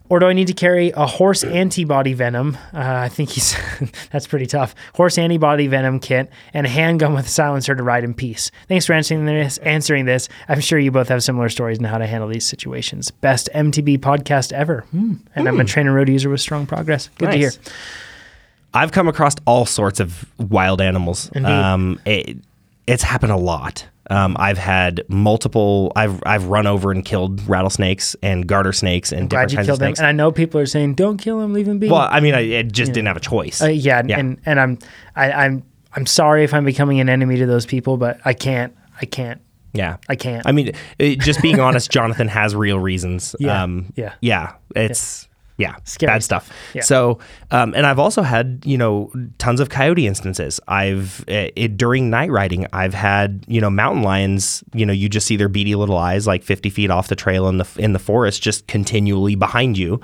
Speaker 1: Or do I need to carry a horse antibody venom? Uh, I think he's that's pretty tough. Horse antibody venom kit and a handgun with a silencer to ride in peace. Thanks for answering this. Answering this, I'm sure you both have similar stories on how to handle these situations. Best MTB podcast ever. Hmm. And I'm a trainer road user with strong progress. Good to hear.
Speaker 2: Nice. I've come across all sorts of wild animals. Um, it, it's happened a lot. Um, I've had multiple. I've I've run over and killed rattlesnakes and garter snakes and
Speaker 1: Glad
Speaker 2: different
Speaker 1: you
Speaker 2: kinds of
Speaker 1: killed him.
Speaker 2: snakes.
Speaker 1: And I know people are saying, "Don't kill him, leave him be."
Speaker 2: well, I mean, I, I just didn't have a choice.
Speaker 1: Uh, yeah, and- and and I'm I, I'm I'm sorry if I'm becoming an enemy to those people, but I can't. I can't.
Speaker 2: yeah,
Speaker 1: I can't.
Speaker 2: I mean, it, just being honest, Jonathan has real reasons.
Speaker 1: Yeah,
Speaker 2: Um,
Speaker 1: yeah.
Speaker 2: Yeah. It's yeah,
Speaker 1: Scary.
Speaker 2: bad stuff.
Speaker 1: Yeah.
Speaker 2: So, um, and I've also had you know tons of coyote instances. I've it, it, during night riding, I've had you know mountain lions. You know, you just see their beady little eyes like fifty feet off the trail in the in the forest, just continually behind you,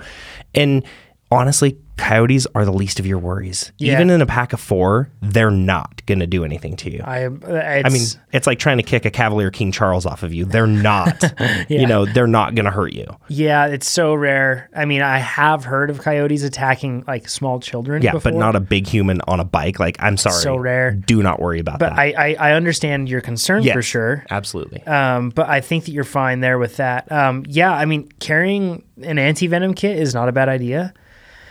Speaker 2: and. Honestly, coyotes are the least of your worries.
Speaker 1: Yeah.
Speaker 2: Even in a pack of four, they're not going to do anything to you.
Speaker 1: I.
Speaker 2: I mean, it's like trying to kick a Cavalier King Charles off of you. They're not, you know, they're not going to hurt you.
Speaker 1: Yeah, it's so rare. I mean, I have heard of coyotes attacking like small children.
Speaker 2: Yeah,
Speaker 1: before,
Speaker 2: but not a big human on a bike. Like, I'm sorry.
Speaker 1: So rare.
Speaker 2: Do not worry about
Speaker 1: But
Speaker 2: that.
Speaker 1: I, I, I understand your concern
Speaker 2: Yes,
Speaker 1: for sure.
Speaker 2: Absolutely.
Speaker 1: Um, but I think that you're fine there with that. Um, yeah, I mean, carrying an anti venom kit is not a bad idea.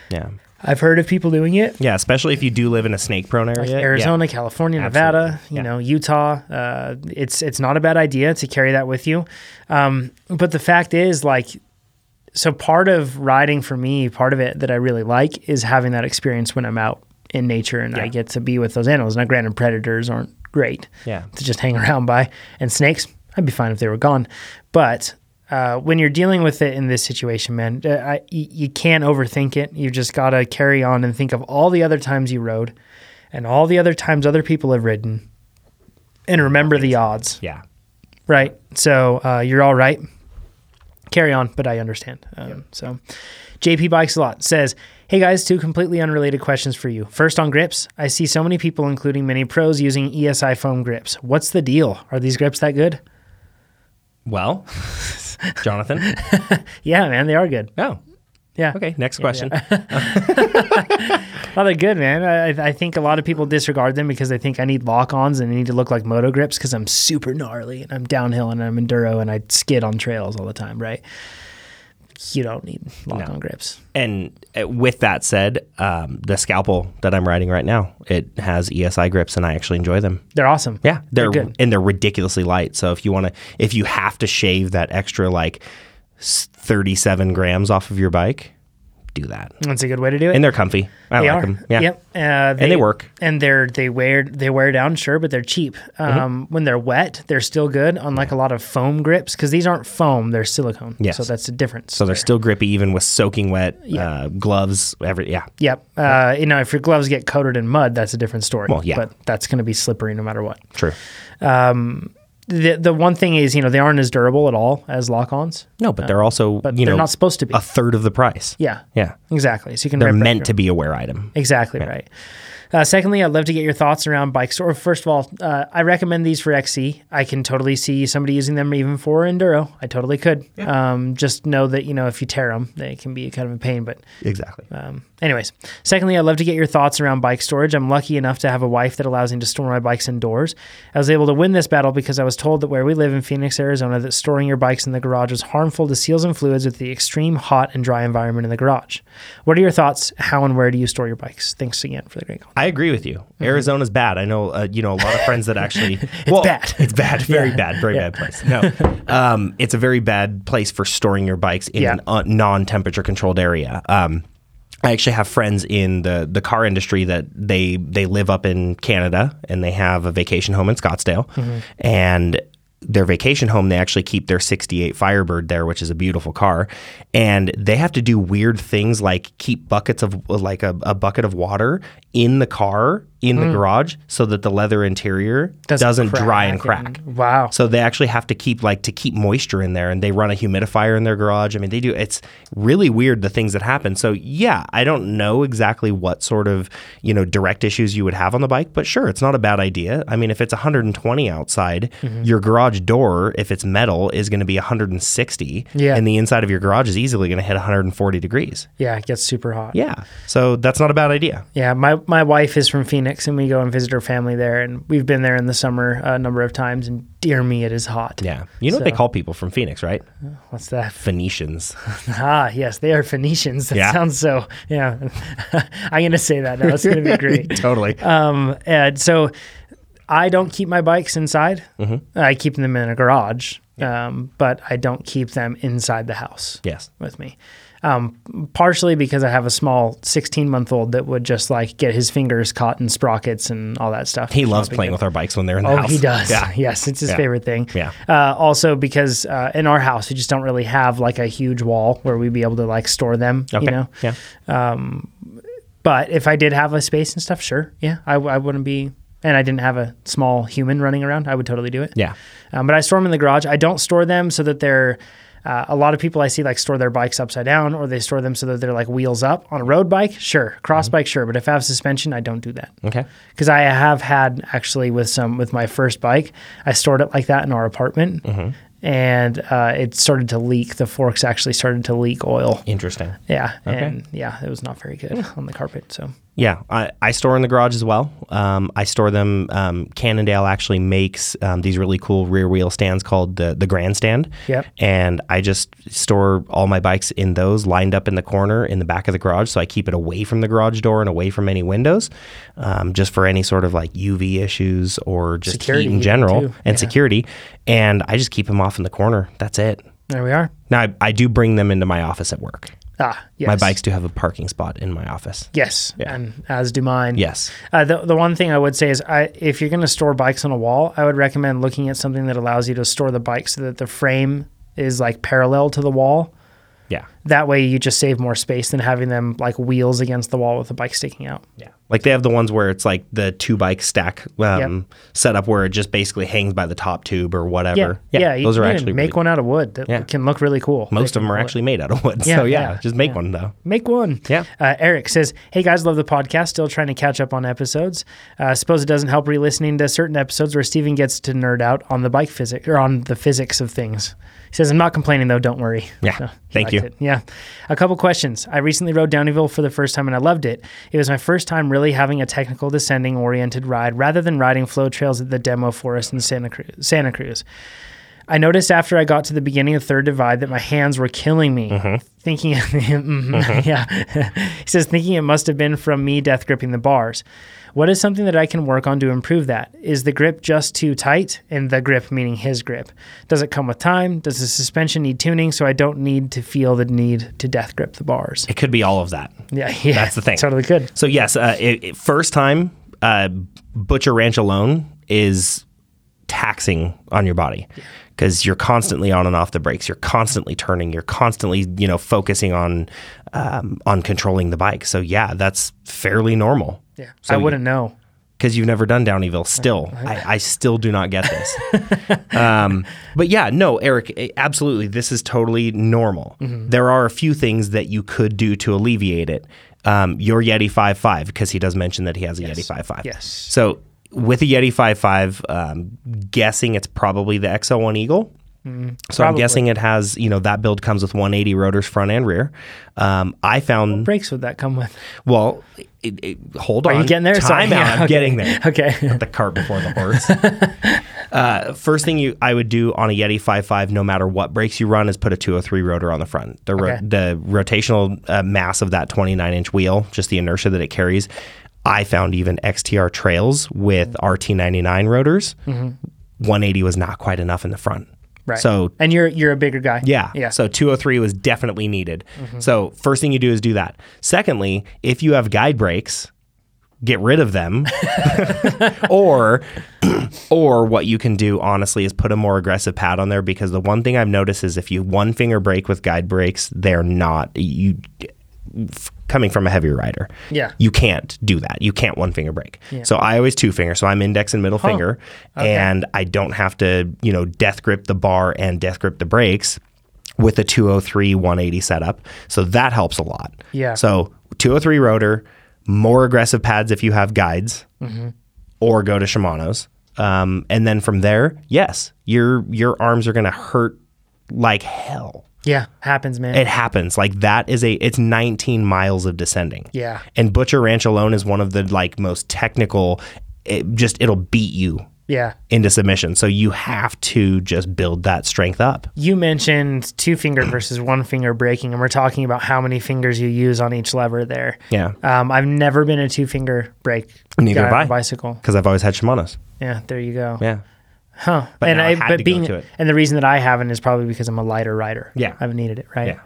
Speaker 2: yeah.
Speaker 1: I've heard of people doing it.
Speaker 2: Yeah. Especially if you do live in a snake prone area. Yeah.
Speaker 1: Arizona, California, Nevada, you
Speaker 2: Absolutely. Yeah.
Speaker 1: know, Utah. Uh, it's it's not a bad idea to carry that with you. Um, but the fact is, like, so part of riding for me, part of it that I really like is having that experience when I'm out in nature and I get to be with those animals. Now, granted, predators aren't great
Speaker 2: Yeah.
Speaker 1: to just hang around by, and snakes, I'd be fine if they were gone. But uh, when you're dealing with it in this situation, man, uh, I, you, you can't overthink it. You just gotta carry on and think of all the other times you rode, and all the other times other people have ridden, and remember the odds.
Speaker 2: Yeah.
Speaker 1: Right. So uh, you're all right. Carry on, but I understand. Um, So JP Bikes a lot says, Hey guys, two completely unrelated questions for you. First on grips, I see so many people, including many pros, using ESI foam grips. What's the deal? Are these grips that good?
Speaker 2: Well, Jonathan.
Speaker 1: Yeah, man, they are good.
Speaker 2: Oh,
Speaker 1: Yeah.
Speaker 2: okay. Next question.
Speaker 1: Well, they're good, man. I, I think a lot of people disregard them because they think I need lock ons and I need to look like moto grips because I'm super gnarly and I'm downhill and I'm enduro and I skid on trails all the time, right? You don't need lock on grips.
Speaker 2: And uh, with that said, um, the scalpel that I'm riding right now, it has ESI grips and I actually enjoy them.
Speaker 1: They're awesome.
Speaker 2: Yeah, they're,
Speaker 1: good.
Speaker 2: and they're ridiculously light. So if you want to, if you have to shave that extra like s- thirty-seven grams off of your bike, do that.
Speaker 1: That's a good way to do it.
Speaker 2: And they're comfy. I
Speaker 1: they
Speaker 2: like
Speaker 1: are.
Speaker 2: them. Yeah.
Speaker 1: Yep. Uh,
Speaker 2: they work.
Speaker 1: And they're they wear they wear down, sure, but they're cheap.
Speaker 2: Mm-hmm.
Speaker 1: Um, When they're wet, they're still good. Unlike a lot of foam grips, because these aren't foam; they're silicone.
Speaker 2: Yes.
Speaker 1: So that's the difference.
Speaker 2: So they're still grippy even with soaking wet uh, gloves. Every yeah,
Speaker 1: Yep. Uh, you know, if your gloves get coated in mud, that's a different story.
Speaker 2: Well, yeah.
Speaker 1: But that's going to be slippery no matter what.
Speaker 2: true.
Speaker 1: The the one thing is, you know, they aren't as durable at all as lock-ons.
Speaker 2: No, but they're also
Speaker 1: Uh, but
Speaker 2: you
Speaker 1: they're
Speaker 2: know
Speaker 1: not supposed to be.
Speaker 2: a third of the price.
Speaker 1: Yeah.
Speaker 2: yeah.
Speaker 1: Exactly. So you can.
Speaker 2: They're
Speaker 1: rip right
Speaker 2: meant
Speaker 1: through.
Speaker 2: to be a wear item.
Speaker 1: Exactly right. Uh, secondly, I'd love to get your thoughts around bike store. First of all, uh, I recommend these for XC. I can totally see somebody using them even for enduro. I totally could. Um, just know that you know if you tear them, they can be kind of a pain. But
Speaker 2: Exactly.
Speaker 1: um, anyways, secondly, I'd love to get your thoughts around bike storage. I'm lucky enough to have a wife that allows me to store my bikes indoors. I was able to win this battle because I was told that where we live in Phoenix, Arizona, that storing your bikes in the garage is harmful to seals and fluids with the extreme hot and dry environment in the garage. What are your thoughts? How and where do you store your bikes? Thanks again for the great call.
Speaker 2: I agree with you.
Speaker 1: mm-hmm.
Speaker 2: Arizona's bad. I know, uh, you know, a lot of friends that actually. it's
Speaker 1: bad.
Speaker 2: It's bad. Very bad. Very bad place. No, um, it's a very bad place for storing your bikes in
Speaker 1: Yeah.
Speaker 2: an uh, non-temperature controlled area. Um, I actually have friends in the the car industry that they they live up in Canada and they have a vacation home in Scottsdale,
Speaker 1: Mm-hmm.
Speaker 2: and their vacation home they actually keep their 68 Firebird there, which is a beautiful car, and they have to do weird things like keep buckets of like a, a bucket of water in the car in
Speaker 1: Mm.
Speaker 2: the garage so that the leather interior doesn't, dry and crack.
Speaker 1: wow.
Speaker 2: So they actually have to keep like to keep moisture in there, and they run a humidifier in their garage. I mean, they do. It's really weird the things that happen. So yeah, I don't know exactly what sort of you know direct issues you would have on the bike, but sure, it's not a bad idea. I mean, if it's 120 outside, your garage door, if it's metal, is going to be 160,
Speaker 1: Yeah.
Speaker 2: and the inside of your garage is easily going to hit 140 degrees.
Speaker 1: yeah, it gets super hot.
Speaker 2: Yeah, so that's not a bad idea.
Speaker 1: Yeah, my, my wife is from Phoenix, and we go and visit her family there, and we've been there in the summer a number of times. And dear me, it is hot.
Speaker 2: Yeah, you know what they
Speaker 1: So-
Speaker 2: call people from Phoenix, right?
Speaker 1: What's that?
Speaker 2: Phoenicians.
Speaker 1: Ah, yes, they are Phoenicians. That
Speaker 2: Yeah.
Speaker 1: sounds so. Yeah, I'm gonna say that now. It's gonna be great.
Speaker 2: totally.
Speaker 1: Um, and so I don't keep my bikes inside.
Speaker 2: Mm-hmm.
Speaker 1: I keep them in a garage, um, but I don't keep them inside the house
Speaker 2: yes.
Speaker 1: with me. Um, partially because I have a small 16 month old that would just like get his fingers caught in sprockets and all that stuff.
Speaker 2: He loves playing with our bikes when they're in the
Speaker 1: Oh,
Speaker 2: house.
Speaker 1: he does.
Speaker 2: Yeah.
Speaker 1: Yes, it's his favorite thing.
Speaker 2: Yeah.
Speaker 1: Uh, also, because uh, in our house, we just don't really have like a huge wall where we'd be able to like store them.
Speaker 2: Okay.
Speaker 1: You know.
Speaker 2: Yeah.
Speaker 1: But if I did have a space and stuff, sure. Yeah, I, I wouldn't be. And I didn't have a small human running around. I would totally do it.
Speaker 2: Yeah.
Speaker 1: Um, but I store them in the garage. I don't store them so that they're. Uh, a lot of people I see like store their bikes upside down, or they store them so that they're like wheels up on a road bike. Sure,
Speaker 2: Mm-hmm.
Speaker 1: cross bike, sure. But if I have suspension, I don't do that
Speaker 2: Okay.
Speaker 1: because I have had actually with some with my first bike, I stored it like that in our apartment, and uh, it started to leak. The forks actually started to leak oil.
Speaker 2: Interesting.
Speaker 1: Yeah, and yeah, it was not very good on the carpet. So
Speaker 2: Yeah, I, I store in the garage as well. Um, I store them. Um, Cannondale actually makes um, these really cool rear wheel stands called the the grandstand.
Speaker 1: Yep.
Speaker 2: And I just store all my bikes in those, lined up in the corner in the back of the garage, so I keep it away from the garage door and away from any windows, um, just for any sort of like UV issues or just
Speaker 1: Security
Speaker 2: heat in
Speaker 1: even,
Speaker 2: general
Speaker 1: too.
Speaker 2: and security. And I just keep them off in the corner. That's it.
Speaker 1: there we are.
Speaker 2: Now I, I do bring them into my office at work.
Speaker 1: Ah, yes,
Speaker 2: My bikes do have a parking spot in my office.
Speaker 1: Yes, and as do mine.
Speaker 2: Yes.
Speaker 1: Uh, the, the one thing I would say is I, if you're going to store bikes on a wall, I would recommend looking at something that allows you to store the bike so that the frame is like parallel to the wall.
Speaker 2: Yeah.
Speaker 1: That way, you just save more space than having them like wheels against the wall with the bike sticking out.
Speaker 2: Yeah. Like they have the ones where it's like the two bike stack um, setup where it just basically hangs by the top tube or whatever.
Speaker 1: Yeah, yeah,
Speaker 2: those
Speaker 1: you
Speaker 2: are
Speaker 1: can
Speaker 2: actually
Speaker 1: make
Speaker 2: really-
Speaker 1: one out of wood that
Speaker 2: Yeah.
Speaker 1: can look really cool.
Speaker 2: Most
Speaker 1: They
Speaker 2: of them
Speaker 1: can
Speaker 2: are
Speaker 1: look-
Speaker 2: actually made out of wood.
Speaker 1: Yeah,
Speaker 2: so yeah,
Speaker 1: yeah,
Speaker 2: just make
Speaker 1: yeah.
Speaker 2: one though.
Speaker 1: Make one.
Speaker 2: Yeah.
Speaker 1: Uh, Eric says, Hey guys, love the podcast. Still trying to catch up on episodes. Uh, suppose it doesn't help re listening to certain episodes where Steven gets to nerd out on the bike physics or on the physics of things. He says, I'm not complaining though. Don't worry.
Speaker 2: Yeah.
Speaker 1: he
Speaker 2: Thank
Speaker 1: liked
Speaker 2: you.
Speaker 1: it. Yeah. A couple questions. I recently rode Downeyville for the first time and I loved it. It was my first time really having a technical descending oriented ride rather than riding flow trails at the demo forest in Santa Cruz. Santa Cruz. I noticed after I got to the beginning of Third Divide that my hands were killing me.
Speaker 2: Mm-hmm.
Speaker 1: Thinking, Mhm, yeah, he says, thinking it must have been from me death gripping the bars. What is something that I can work on to improve that? Is the grip just too tight? And the grip meaning his grip. Does it come with time? Does the suspension need tuning so I don't need to feel the need to death grip the bars?
Speaker 2: It could be all of that.
Speaker 1: Yeah, yeah,
Speaker 2: That's the thing.
Speaker 1: Totally good.
Speaker 2: So yes, uh, it, it- first time uh, Butcher Ranch alone is taxing on your body because you're constantly on and off the brakes. You're constantly turning. You're constantly you know focusing on um, on controlling the bike. So yeah, that's fairly normal.
Speaker 1: Yeah,
Speaker 2: So
Speaker 1: I
Speaker 2: you-
Speaker 1: wouldn't know.
Speaker 2: because you've never done Downeyville. Still, I, I still do not get this. um, but yeah, no, Eric, eh, absolutely. This is totally normal.
Speaker 1: Mm-hmm.
Speaker 2: There are a few things that you could do to alleviate it. Um, your Yeti 5.5, because he does mention that he has a Yeti 5.5.
Speaker 1: Yes.
Speaker 2: So with a Yeti 5.5, um, guessing it's probably the XL1 Eagle. So I'm
Speaker 1: Mm-hmm. probably.
Speaker 2: guessing it has, you know, that build comes with 180 rotors front and rear. Um, I found,
Speaker 1: Brakes would that come with?
Speaker 2: well, it, it, hold on.
Speaker 1: Are you getting there? Sorry.
Speaker 2: Time out.
Speaker 1: Yeah,
Speaker 2: I'm
Speaker 1: okay.
Speaker 2: getting there
Speaker 1: Okay.
Speaker 2: the cart before the horse. uh, first thing you I would do on a Yeti 5.5, no matter what brakes you run, is put a 203 rotor on the front. The, ro-
Speaker 1: Okay.
Speaker 2: the rotational uh, mass of that 29 inch wheel, just the inertia that it carries. I found even XTR Mm-hmm. trails with RT99 rotors. 180 was not quite enough in the front.
Speaker 1: Right.
Speaker 2: So
Speaker 1: and you're you're a bigger guy.
Speaker 2: yeah. Mm-hmm.
Speaker 1: Yeah.
Speaker 2: So 203 was definitely needed. So first thing you do is do that. Secondly, if you have guide brakes, get rid of them. or or what you can do honestly is put a more aggressive pad on there because the one thing I've noticed is if you one finger brake with guide brakes, they're not you f- coming from a heavier rider.
Speaker 1: Yeah.
Speaker 2: You can't do that. You can't one finger break. So I always two finger. So I'm index and middle finger and I don't have to, you know, death grip the bar and death grip the brakes with a 203 180 setup. So that helps a lot.
Speaker 1: Yeah.
Speaker 2: So 203 rotor, more aggressive pads if you have guides
Speaker 1: Mm-hmm.
Speaker 2: or go to Shimano's. Um, and then from there, yes, your your arms are gonna hurt like hell.
Speaker 1: yeah. Happens, man.
Speaker 2: It happens. Like that is a it's 19 miles of descending.
Speaker 1: Yeah.
Speaker 2: And Butcher Ranch alone is one of the like most technical. It just it'll beat you
Speaker 1: yeah.
Speaker 2: into submission. So you have to just build that strength up.
Speaker 1: You mentioned two finger versus one finger breaking, and we're talking about how many fingers you use on each lever there.
Speaker 2: Yeah.
Speaker 1: Um, I've never been a two finger break
Speaker 2: Neither
Speaker 1: guy
Speaker 2: have
Speaker 1: on a
Speaker 2: I.
Speaker 1: bicycle.
Speaker 2: Because I've always had Shimano's.
Speaker 1: Yeah, there you go.
Speaker 2: Yeah.
Speaker 1: Huh.
Speaker 2: But
Speaker 1: and
Speaker 2: now I
Speaker 1: I,
Speaker 2: had
Speaker 1: but
Speaker 2: to go
Speaker 1: being
Speaker 2: to it.
Speaker 1: and the reason that I haven't is probably because I'm a lighter rider.
Speaker 2: Yeah.
Speaker 1: I've needed it, right?
Speaker 2: Yeah.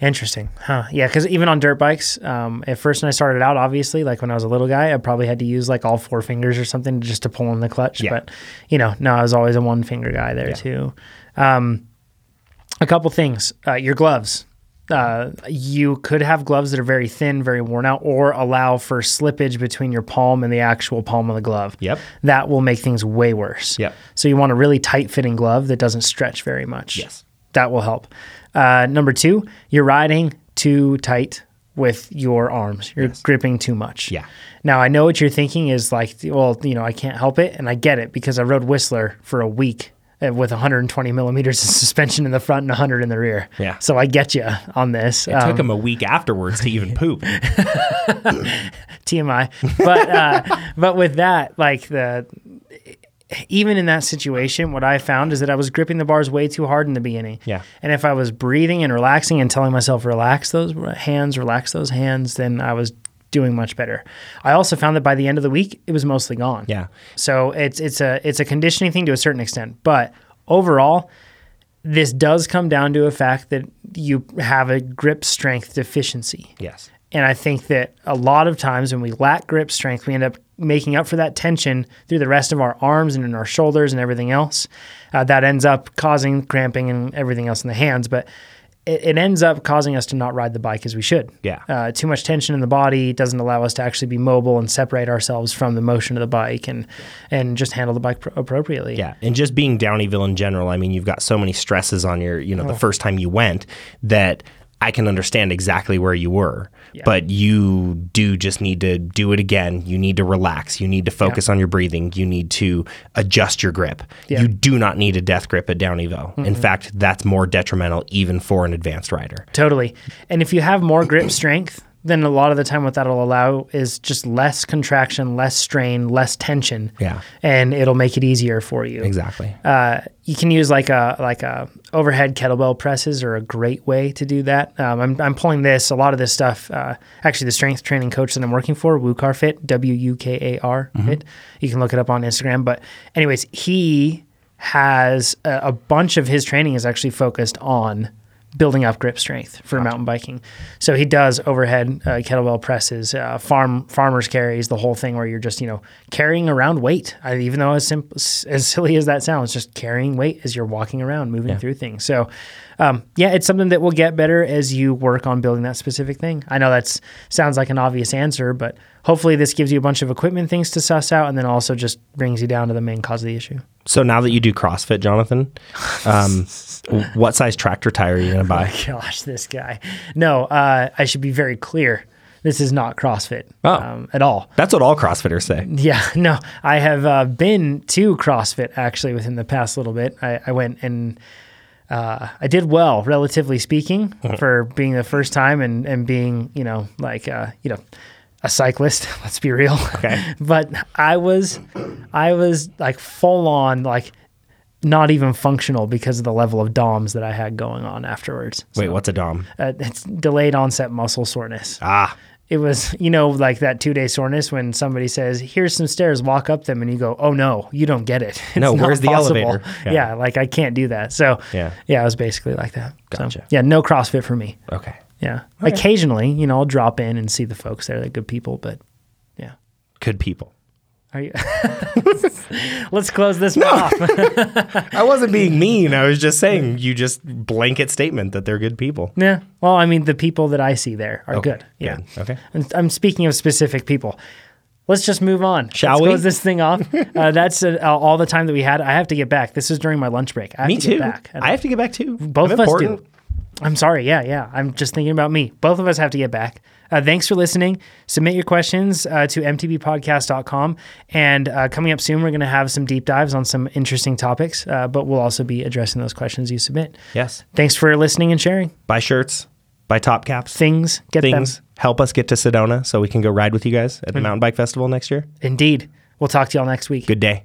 Speaker 1: Interesting. Huh. Yeah, because even on dirt bikes, um, at first when I started out, obviously, like when I was a little guy, I probably had to use like all four fingers or something just to pull in the clutch.
Speaker 2: Yeah.
Speaker 1: But you know, no, I was always a one finger guy there too. Um, a couple things. Uh, your gloves. Uh, you could have gloves that are very thin, very worn out, or allow for slippage between your palm and the actual palm of the glove.
Speaker 2: Yep.
Speaker 1: That will make things way worse.
Speaker 2: Yep.
Speaker 1: So you want a really tight fitting glove that doesn't stretch very much.
Speaker 2: Yes.
Speaker 1: That will help. Uh, number two, you're riding too tight with your arms. You're gripping too much.
Speaker 2: Yeah.
Speaker 1: Now I know what you're thinking is like, well, you know, I can't help it, and I get it because I rode Whistler for a week uh, with 120 millimeters of suspension in the front and 100 in the rear.
Speaker 2: Yeah.
Speaker 1: So I get you on this.
Speaker 2: Took him a week afterwards to even poop.
Speaker 1: TMI. But uh, but with that, like the even in that situation, what I found is that I was gripping the bars way too hard in the beginning.
Speaker 2: Yeah.
Speaker 1: And if I was breathing and relaxing and telling myself relax those hands, relax those hands, then I was doing much better. I also found that by the end of the week, it was mostly gone.
Speaker 2: Yeah.
Speaker 1: So it's it's a it's a conditioning thing to a certain extent, but overall this does come down to a fact that you have a grip strength deficiency.
Speaker 2: Yes.
Speaker 1: And I think that a lot of times when we lack grip strength, we end up making up for that tension through the rest of our arms and in our shoulders and everything else. Uh, that ends up causing cramping and everything else in the hands. But it, it ends up causing us to not ride the bike as we should.
Speaker 2: Yeah.
Speaker 1: Uh, too much tension in the body doesn't allow us to actually be mobile and separate ourselves from the motion of the bike and and just handle the bike pro- appropriately.
Speaker 2: Yeah, and just being Downeyville in general, I mean, you've got so many stresses on your, you know, the first time you went that I can understand exactly where you were. But you do just need to do it again. You need to relax. You need to focus on your breathing. You need to adjust your grip. You do not need a death grip at Downeyville. In fact, that's more detrimental even for an advanced rider.
Speaker 1: Totally. And if you have more grip strength, then a lot of the time what that'll allow is just less contraction, less strain, less tension.
Speaker 2: Yeah.
Speaker 1: And it'll make it easier for you.
Speaker 2: Exactly.
Speaker 1: Uh, you can use like a like a overhead kettlebell presses are a great way to do that. Um, I'm I'm pulling this a lot of this stuff. Uh, actually, the strength training coach that I'm working for, Wukar Fit, W U K A R Fit. You can look it up on Instagram. But anyways, he has uh, a, a bunch of his training is actually focused on building up grip strength for mountain biking. So he does overhead uh, kettlebell presses, uh, farm farmers carries, the whole thing where you're just you know carrying around weight. I, even though as simple as silly as that sounds, just carrying weight as you're walking around, moving through things. So um, yeah, it's something that will get better as you work on building that specific thing. I know that's sounds like an obvious answer, but hopefully this gives you a bunch of equipment things to suss out, and then also just brings you down to the main cause of the issue.
Speaker 2: So now that you do CrossFit, Jonathan, um, w- what size tractor tire are you going to buy?
Speaker 1: gosh, this guy. No, uh, I should be very clear. This is not CrossFit um,
Speaker 2: Oh.
Speaker 1: at all.
Speaker 2: That's what all CrossFitters say.
Speaker 1: Yeah, no, I have uh, been to CrossFit actually within the past little bit. I, I went and uh, I did well, relatively speaking,
Speaker 2: Uh-huh.
Speaker 1: for being the first time and, and being, you know, like, uh, you know, a cyclist, let's be real.
Speaker 2: Okay.
Speaker 1: but I was, I was like full on, like, not even functional because of the level of DOMs that I had going on afterwards. So
Speaker 2: Wait, what's a dom?
Speaker 1: uh, it's delayed onset muscle soreness.
Speaker 2: Ah,
Speaker 1: It was, you know, like that two day soreness when somebody says, "Here's some stairs, walk up them," and you go, "Oh no, you don't get it. It's
Speaker 2: No,
Speaker 1: not
Speaker 2: where's the
Speaker 1: possible."
Speaker 2: elevator?
Speaker 1: Yeah.
Speaker 2: Yeah.
Speaker 1: like I can't do that. So
Speaker 2: Yeah.
Speaker 1: yeah, it was basically like that. So,
Speaker 2: Gotcha.
Speaker 1: yeah, no CrossFit for me.
Speaker 2: Okay.
Speaker 1: Yeah, occasionally, you know, I'll drop in and see the folks there. They're good people, but yeah.
Speaker 2: Good people.
Speaker 1: Are you? Let's close this one off.
Speaker 2: I wasn't being mean. I was just saying you just blanket statement that they're good people.
Speaker 1: Yeah. Well, I mean, the people that I see there are good. Yeah.
Speaker 2: Good. Okay.
Speaker 1: And I'm speaking of specific people. Let's just move on.
Speaker 2: Shall
Speaker 1: Let's
Speaker 2: we?
Speaker 1: Close this thing off. uh, that's uh, all the time that we had. I have to get back. This is during my lunch break. I have
Speaker 2: Me
Speaker 1: to
Speaker 2: too.
Speaker 1: Get back. And
Speaker 2: I have to get back too.
Speaker 1: both
Speaker 2: I'm
Speaker 1: of us
Speaker 2: important.
Speaker 1: do. I'm sorry. Yeah, yeah. I'm just thinking about me. Both of us have to get back. Uh, thanks for listening. Submit your questions uh, to mtbpodcast.com. And uh, coming up soon, we're going to have some deep dives on some interesting topics, uh, but we'll also be addressing those questions you submit.
Speaker 2: Yes.
Speaker 1: Thanks for listening and sharing.
Speaker 2: Buy shirts. Buy top caps.
Speaker 1: Things, get
Speaker 2: Things.
Speaker 1: them. Mm.
Speaker 2: Help us get to Sedona so we can go ride with you guys at the mountain bike festival next year.
Speaker 1: Indeed. We'll talk to y'all next week.
Speaker 2: Good day.